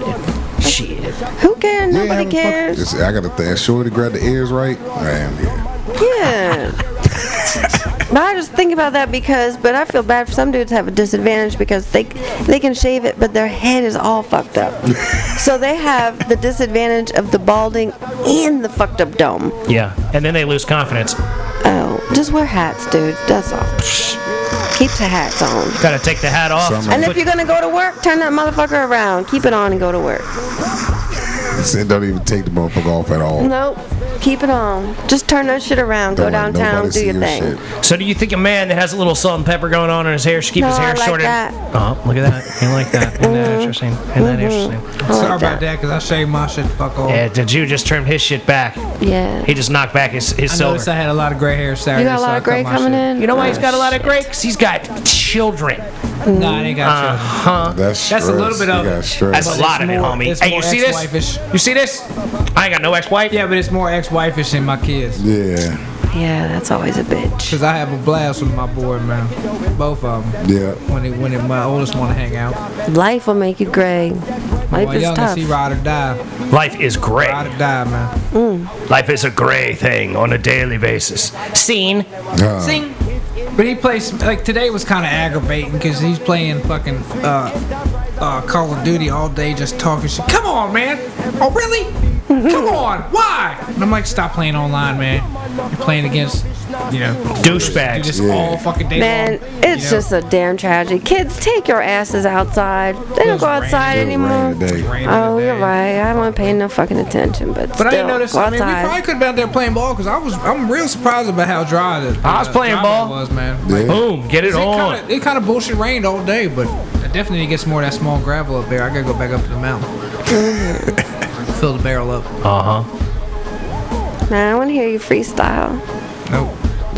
A: Shit.
C: Who cares?
B: Yeah,
C: Nobody
B: I'm fucking-
C: cares.
B: Just- I got to think. Sure to grab the ears right. Man, yeah.
C: Yeah. but I just think about that because, but I feel bad for some dudes have a disadvantage because they they can shave it, but their head is all fucked up. so they have the disadvantage of the balding and the fucked up dome.
A: Yeah. And then they lose confidence.
C: Oh, just wear hats, dude. That's all. Keep the hats on.
A: Gotta take the hat off.
B: Some-
C: And if
A: Put-
C: you're gonna go to work, turn that motherfucker around. Keep it on and go to work.
B: Said don't even take the motherfucker off at all.
C: Nope. Keep it on. Just turn that shit around. Go
B: Don't let
C: downtown.
B: nobody
C: Do
B: see
C: your thing.
B: shit.
A: So do you think a man that has a little salt and pepper going on in his hair should keep
C: No,
A: his hair
C: I like
A: shorter?
C: that. Mm-hmm.
A: Oh, look at that. You like that. Isn't that interesting? Isn't that interesting?
C: I like
D: Sorry about that because I shaved my shit the fuck off.
A: Yeah, the Jew just trimmed his shit back.
C: Yeah.
A: He just knocked back his, his
D: I
A: silver.
D: noticed I had a lot of gray hair Saturday.
C: You got a
D: so I
C: lot
D: cut
C: of gray
D: my
C: coming
D: shit.
C: in.
A: you know why he's got a lot of gray? Because he's got children.
D: No, I ain't got children.
B: That's
D: That's a little
B: stress.
D: bit
B: You
D: of
B: got
D: it.
B: stress.
A: That's a
D: But
A: lot
D: it's
A: of it,
D: more-
A: homie.
D: it's
A: Hey,
D: more
A: you see this?
D: ex-wife-ish.
A: You see this? I ain't got no ex-wife.
D: Yeah, but it's more ex-wifeish than my kids.
B: Yeah,
C: Yeah, that's always a bitch.
D: Cause I have a blast with my boy, man. Both of them.
B: yeah.
D: When it, when it, my oldest want to hang out.
C: Life will make you gray. Life
D: my
C: is
D: youngest,
C: tough.
D: he ride or die,
A: Life is
D: ride
A: gray.
D: or die, man.
A: Life is a gray thing on a daily basis. Scene.
B: Uh,
D: Sing. But he plays like today was kind of aggravating because he's playing fucking uh, uh, Call of Duty all day, just talking shit. Come on, man. Oh really? Come on. Why? And I'm like, stop playing online, man. You're playing against, you know, you
A: Douchebags.
D: just all fucking day
C: Man,
D: long.
C: it's
D: you know?
C: just a damn tragedy. Kids, take your asses outside. They don't
D: It's
C: go outside
B: it was
C: anymore.
B: raining today.
D: Rain of the
C: Oh, you're
D: day.
C: right. I wasn't paying no fucking attention, but,
D: But I
C: still,
D: didn't notice.
C: go
D: I mean, we
C: outside.
D: probably could have been out there playing ball because I was. I'm real surprised about how dry the,
A: I was
D: uh,
A: playing
D: dry
A: ball.
D: it was man.
B: Yeah.
A: Boom. Get it
D: It
A: on.
D: kind, of, it kind of bullshit rained all day, but I definitely gets more of that small gravel up there. I gotta go back up to the mountain, fill the barrel up.
A: Uh huh.
C: Nah, I want to hear you freestyle.
D: Nope,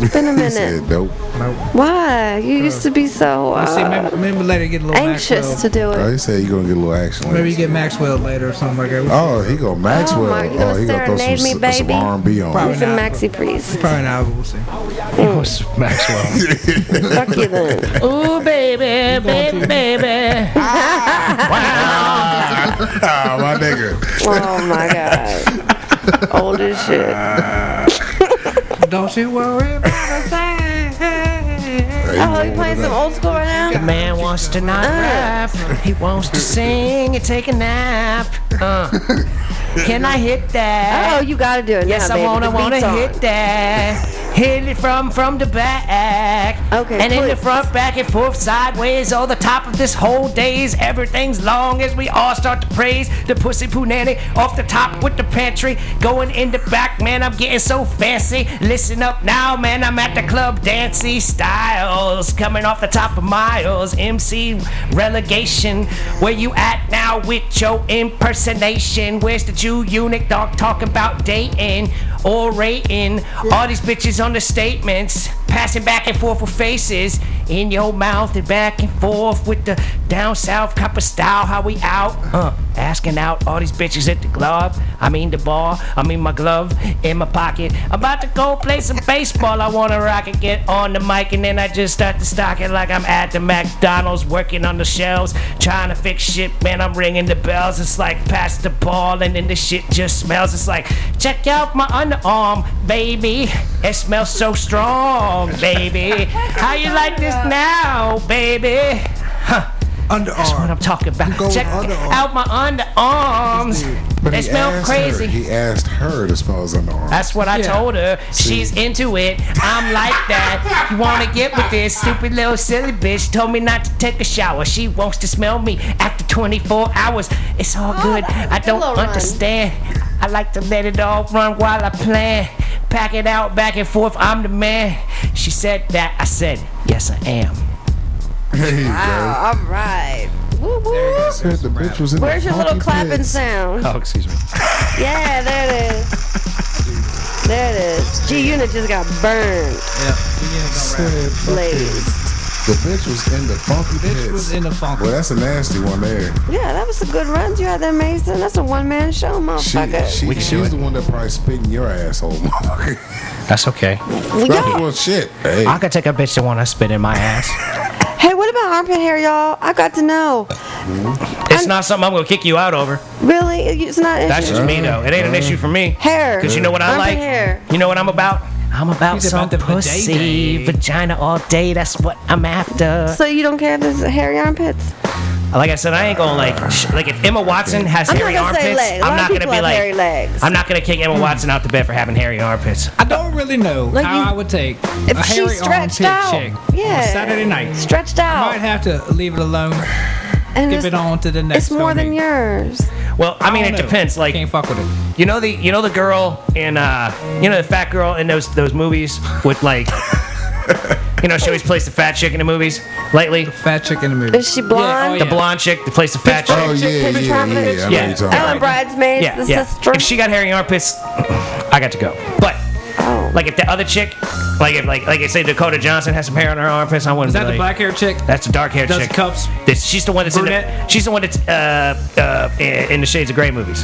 C: It's been a
B: He
C: minute.
B: said nope.
D: nope.
C: Why? You used to be so
D: Let's see,
C: uh,
D: maybe, maybe later get a little
C: anxious to
D: Maxwell.
C: do
B: Oh,
C: it.
B: he said you gonna get a little action. later.
D: Maybe you get Maxwell later or something like that. We
C: Uh,
B: Oh, he go Maxwell.
C: Oh, my- you gonna
B: Oh, he gonna throw some,
C: serenade me,
B: some
C: baby?
B: R&B on.
D: Probably.
C: He's a
D: not.
C: maxi priest.
D: Probably not. but We'll see.
A: It was Maxwell.
C: Fuck you then.
A: Ooh, baby, baby, baby. wow.
B: ah, my nigga.
C: Oh my god. Old as shit.
D: Don't you worry about a thing.
C: Oh, you playing some old school right now?
A: The man wants to not rap.
C: Uh.
A: He wants to sing and take a nap. Uh. Can I hit that?
C: Oh, you gotta do it.
A: yes,
C: now,
A: I
C: baby.
A: wanna
C: The
A: wanna
C: beat's on.
A: hit that. Hit it from from the back.
C: Okay,
A: And in the
C: please.
A: front, back and forth, sideways, all the top of this whole days. Everything's long as we all start to praise the pussy punani off the top with the pantry. Going in the back, man, I'm getting so fancy. Listen up now, man, I'm at the club Dancy Styles. Coming off the top of Miles, MC relegation. Where you at now with your impersonation? Where's the Jew eunuch dog talking about dating? or rating. All these bitches on the statements, passing back and forth with faces in your mouth and back and forth with the down south copper style. How we out? Uh, asking out all these bitches at the club. I mean the bar. I mean my glove in my pocket. About to go play some baseball. I wanna rock it, get on the mic, and then I just start to stock it like I'm at the McDonald's working on the shelves, trying to fix shit. Man, I'm ringing the bells. It's like pass the ball, and then the shit just smells. It's like check out my underarm, baby. It smells so strong, baby. How you like this now, baby? Huh. That's what I'm
E: Underarm.
A: talking about.
E: go with
A: Check
E: underarm.
A: out my underarms.
B: But
A: They
B: he
A: smell
B: asked
A: crazy.
B: Her, he asked her to spell his underarm.
A: That's what I
D: Yeah.
A: told her. She's into it. I'm like that. You wanna get with this stupid little silly bitch? Told me not to take a shower. She wants to smell me after 24 hours. It's all good. I don't
C: Hello, Ron.
A: understand. I like to let it all run while I plan. Pack it out back and forth. I'm the man. She said that. I said yes, I am.
B: There you go.
C: Wow, all right. Woo, woo.
B: Said the bitch was in the
C: Where's your little
B: funky
C: clapping
B: place.
C: sound?
A: Oh, excuse me.
C: Yeah, there it is. There it is. G Unit just got burned,
D: Yeah. we ain't gonna rap.
B: Said fuck it.
C: blazed.
B: The bitch was in the funky
D: Bitch was
B: place.
D: in the funk.
B: Well, that's a nasty one there.
C: Yeah, that was a good run you had there, Mason. That's a one man show,
B: She,
C: motherfucker.
B: she,
A: We can do
B: she's
A: it.
B: the one that probably spitting your asshole, motherfucker.
A: That's okay.
C: We
B: That's
C: got-
B: well, shit. Hey,
A: I could take a bitch that wanna spit in my ass.
C: hey, what about armpit hair, y'all? I got to know.
A: It's not something I'm gonna kick you out over.
C: Really? It's not an
A: That's
C: issue.
A: just me though. It ain't an issue for me.
C: hair.
A: Because you know what I
C: Armpit
A: like?
C: Hair.
A: You know what I'm about? I'm about
D: He's
A: some
D: about the
A: pussy,
D: bidet day.
A: vagina all day. That's what I'm after.
C: Uh. So you don't care if there's hairy armpits?
A: Like I said, I ain't gonna like sh- like if Emma Watson has
C: I'm not
A: hairy
C: gonna say
A: armpits,
C: legs. A lot
A: I'm
C: of
A: not gonna
C: people
A: be
C: have
A: like
C: hairy legs.
A: I'm not gonna kick Emma Watson out the bed for having hairy armpits.
D: I don't really know
C: Like
D: how
C: you-
D: I would take
C: If
D: a
C: she's
D: hairy
C: stretched
D: armpit
C: out,
D: chick
C: yeah.
D: on Saturday night.
C: Stretched
D: I
C: out.
D: might have to leave it alone.
C: and
D: Skip it on to the next.
C: It's more than
D: filming.
C: yours.
A: Well, I mean,
D: don't
A: it
D: know.
A: depends. Like
D: can't fuck with it.
A: you know the you know the girl in uh you know the fat girl in those those movies with like you know she always plays the fat chick in the movies lately.
D: Fat chick in the movie.
C: Is she blonde?
A: The blonde chick that plays the fat chick.
B: oh yeah, yeah, yeah,
C: Pittsburgh
B: yeah.
C: Providence.
B: I know
A: Yeah.
B: you're talking
A: All
C: Ellen
A: right.
B: about.
C: Bridesmaids, the sister.
A: If she got hairy armpits, I got to go. But
C: Oh.
A: like if the other chick, like if like like I say Dakota Johnson has some hair on her armpits, I wouldn't.
D: Is that
A: be
D: the
A: like-
D: black hair chick?
A: That's the dark hair
D: Does
A: chick.
D: cups.
A: This, she's the one that's in the,
D: Brunette?
A: she's the one that's uh, uh, in in the Shades of Grey movies.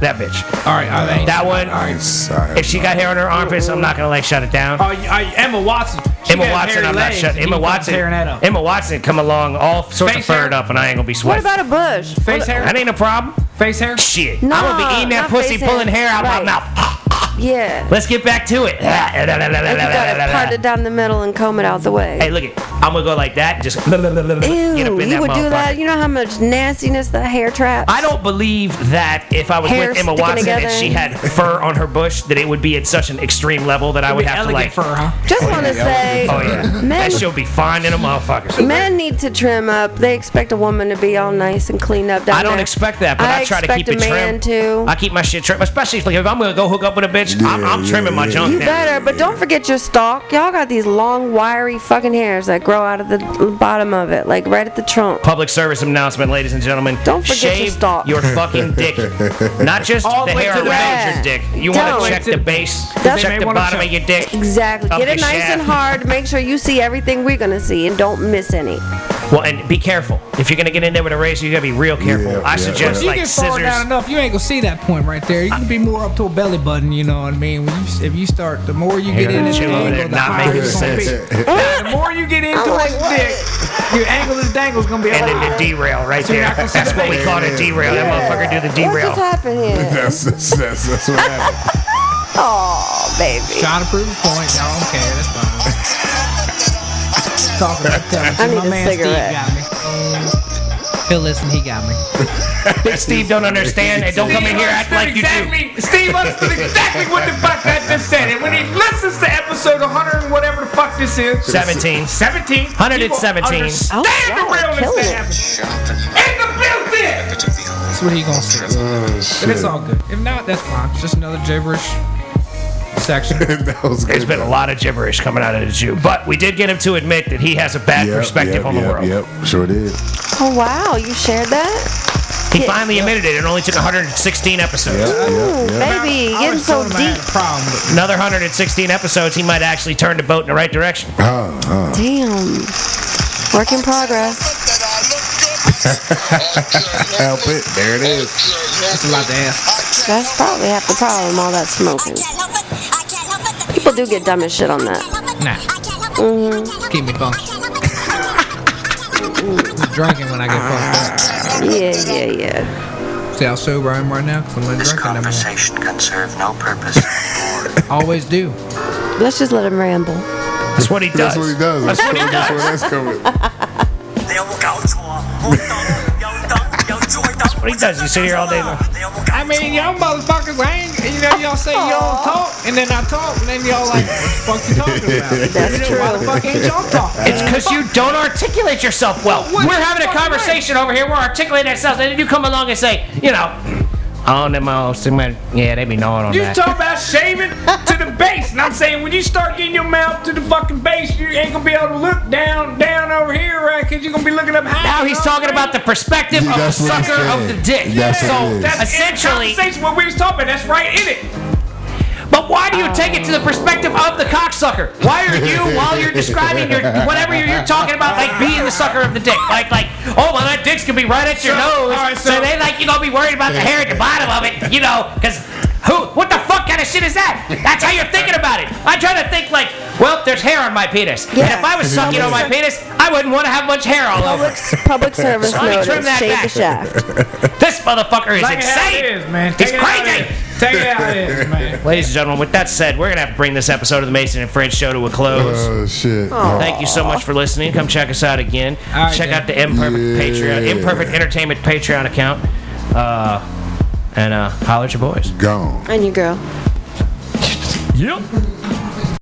A: That bitch.
D: All right, all right.
A: That one.
B: I ain't sorry.
A: If she got hair on her armpits, I'm not gonna like shut it down.
D: Oh, I, Emma Watson. She
A: Emma
D: got
A: Watson,
D: hairy
A: I'm not
D: legs,
A: shut.
D: and you
A: Emma
D: fucking
A: Watson,
D: tearing that up.
A: Emma Watson, come along, all sorts
D: Face
A: of
D: hair?
A: furred up, and I ain't gonna be
C: what
A: sweating.
C: about a bush?
D: Face hair,
A: that ain't a problem.
D: face hair.
A: Shit,
C: No,
A: I'm gonna be eating that
C: not
A: pussy,
C: face hair.
A: pulling hair out
C: Right.
A: my mouth.
C: Yeah.
A: Let's get back to it.
C: Like you gotta part it down the middle and comb it out the way.
A: Hey, look it. I'm gonna go like that. Just get up in that
C: Ew, you would do
A: motherfucker.
C: that. You know how much nastiness that hair traps.
A: I don't believe that if I was
C: Hair
A: with Emma
C: sticking
A: Watson
C: together.
A: and she had fur on her bush, that it would be at such an extreme level that I would
D: Be
A: have to
D: elegant
A: like.
D: for her, huh?
C: Just want to say,
A: Oh yeah,
C: men,
A: that she'll be fine in a motherfucker.
C: men need to trim up. They expect a woman to be all nice and clean up. Down
A: I don't
C: there.
A: expect that, but I, try to keep
C: expect
A: it
C: a man
A: trim.
C: too.
A: I keep my shit trim, especially if, like, if I'm gonna go hook up with a bitch. I'm,
B: Yeah,
A: I'm
B: yeah,
A: trimming my
B: yeah.
A: junk
C: you
A: down.
C: better, but don't forget your stalk. Y'all got these long, wiry fucking hairs that grow out of the l- bottom of it, like right at the trunk.
A: Public service announcement, ladies and gentlemen.
C: Don't forget your
A: shave
C: stalk.
A: your fucking dick. Not just
D: All
A: the
D: the way
A: hair
D: to
A: around your
D: the
C: back.
A: dick. You want
C: Don't.
A: to check the base,
C: That's-
A: check
D: They
A: the
D: wanna
A: bottom
D: check-
A: of your dick.
C: Exactly.
A: Up
C: Get
A: the
C: it nice
A: shaft.
C: and hard. Make sure you see everything we're gonna see and don't miss any.
A: Well, and be careful. If you're gonna get in there with a razor, you gotta be real careful.
B: Yeah,
A: I
B: yeah,
A: suggest
D: you
A: like
D: get far down
A: scissors.
D: enough, you ain't gonna see that point right there. You can be more up to a belly button. You know what I mean? When you, if you start, the more you get
A: Here,
D: in this
A: chill over there,
D: angle, the
A: not
D: higher
A: making
D: it's gonna be.
A: sense.
D: The more you get into
C: like,
D: this dick, your angle is dangle's gonna be.
A: And
D: like,
A: then the derail right
D: you're
A: there.
D: not gonna see
A: That's
D: the
A: what we
D: base.
A: call it a derail. That motherfucker do the
C: What
A: derail.
C: just happened here?
B: That's, that's, that's, that's what happened.
C: Oh, baby.
D: Trying to prove a point. Y'all don't care. That's fine. Talking about that.
C: I need
D: My
C: a
D: man Steve
C: cigarette.
D: got me.
E: He'll listen. He got me.
A: Big Steve don't understand and don't come in here act like you do.
D: exactly, Steve understood exactly what the fuck that just said. And when he listens to episode 100 and whatever the fuck this is,
A: 17.
D: 17,
A: 117.
D: people Understand
C: Oh, wow,
D: the realness
C: kill
D: that
C: it.
D: happened.
F: sharpen
D: In the building!
F: to the old
E: That's what he gonna say.
B: Oh,
D: But
B: shit.
D: it's all good. If not, that's fine. It's just another gibberish section.
B: that was good.
A: There's been a lot of gibberish coming out of the Jew, but we did get him to admit that he has a bad
B: Yep,
A: perspective
B: yep,
A: on the
B: yep,
A: world.
B: Yep, sure did.
C: Oh wow, you shared that?
A: He finally admitted it. It only took 116 episodes.
B: Yep,
C: Ooh,
B: yep, yep.
C: baby,
D: I
C: getting
D: always
C: so
D: told him I
C: deep.
D: had a problem with
A: Another 116 episodes, he might actually turn the boat in the right direction.
B: Huh, huh.
C: Damn. Work in progress.
B: Help it. There it is.
D: It's a lot to ask.
C: That's probably half the problem, all that smoking.
G: People do get dumb as shit on that.
E: Nah.
G: Keep me bumped.
E: I'm drinking when I get fucked
C: Yeah, yeah, yeah.
E: up. See how sober I am right now? Cause I'm not
F: This
E: drinking anymore.
F: conversation can serve no purpose anymore.
E: Always do.
C: Let's just let him ramble.
A: That's what he does.
B: That's what he does. That's, where, that's where that's coming.
F: 你有冇搞錯？活動有動有再動。
A: What he does, you sit here all day long.
F: 你有冇搞錯？
D: I mean, y'all motherfuckers, I ain't, you know, y'all say y'all talk, and then I talk, and then y'all like, what the fuck you talking about?
C: That's
D: You know, Why the
C: true.
D: fuck ain't y'all talking?
A: It's because you don't articulate yourself well.
D: Uh, What
A: We're
D: the
A: having a
D: fuck,
A: conversation over here. We're articulating ourselves, and then you come along and say, you know, oh, them old cement- yeah, they be knowing on
D: You
A: that.
D: talk about shaving to the base, and I'm saying when you start getting your mouth to the fucking base, you ain't gonna be able to look down, down over here, right? Cause you're gonna be looking up high.
A: now he's talking about the perspective of the
B: That's what he
A: sucker
B: said.
A: of the dick.
B: That's what it
A: so
B: is.
D: That's
A: essentially,
D: in the conversation what we was talking. That's right in it.
A: but why do you take it to the
D: Oh.
A: perspective of the cocksucker? Why are you, while you're describing your whatever you're, you're talking about, like being the sucker of the dick, like like, oh well, that dick's gonna be right at your
D: So,
A: nose,
D: all right,
A: so,
D: so-
A: they like you gonna be worried about the hair at the bottom of it, you know, because. Who? What the fuck kind of shit is that? That's how you're thinking about it. I try to think like, well, there's hair on my penis. And
C: Yeah.
A: if I was sucking on my penis, I wouldn't want to have much hair all over.
C: Public, public service
A: Let me
C: notice.
A: trim that
C: Shave the
A: back.
C: shaft.
A: This motherfucker is
D: Take it how it
A: insane.
D: is, man.
A: He's
D: Take it how it
A: crazy.
D: is. Take it how it is, man.
A: Ladies and gentlemen, with that said, we're going to have to bring this episode of the Mason and French show to a close.
B: Oh, shit.
A: Thank you so much for listening. Come check us out again.
D: All right,
A: check
D: then.
A: out the Imperfect
B: Yeah.
A: Patreon, Imperfect Entertainment Patreon account. Uh, and uh, holler at your boys.
B: Gone.
C: And you, girl.
A: Yep.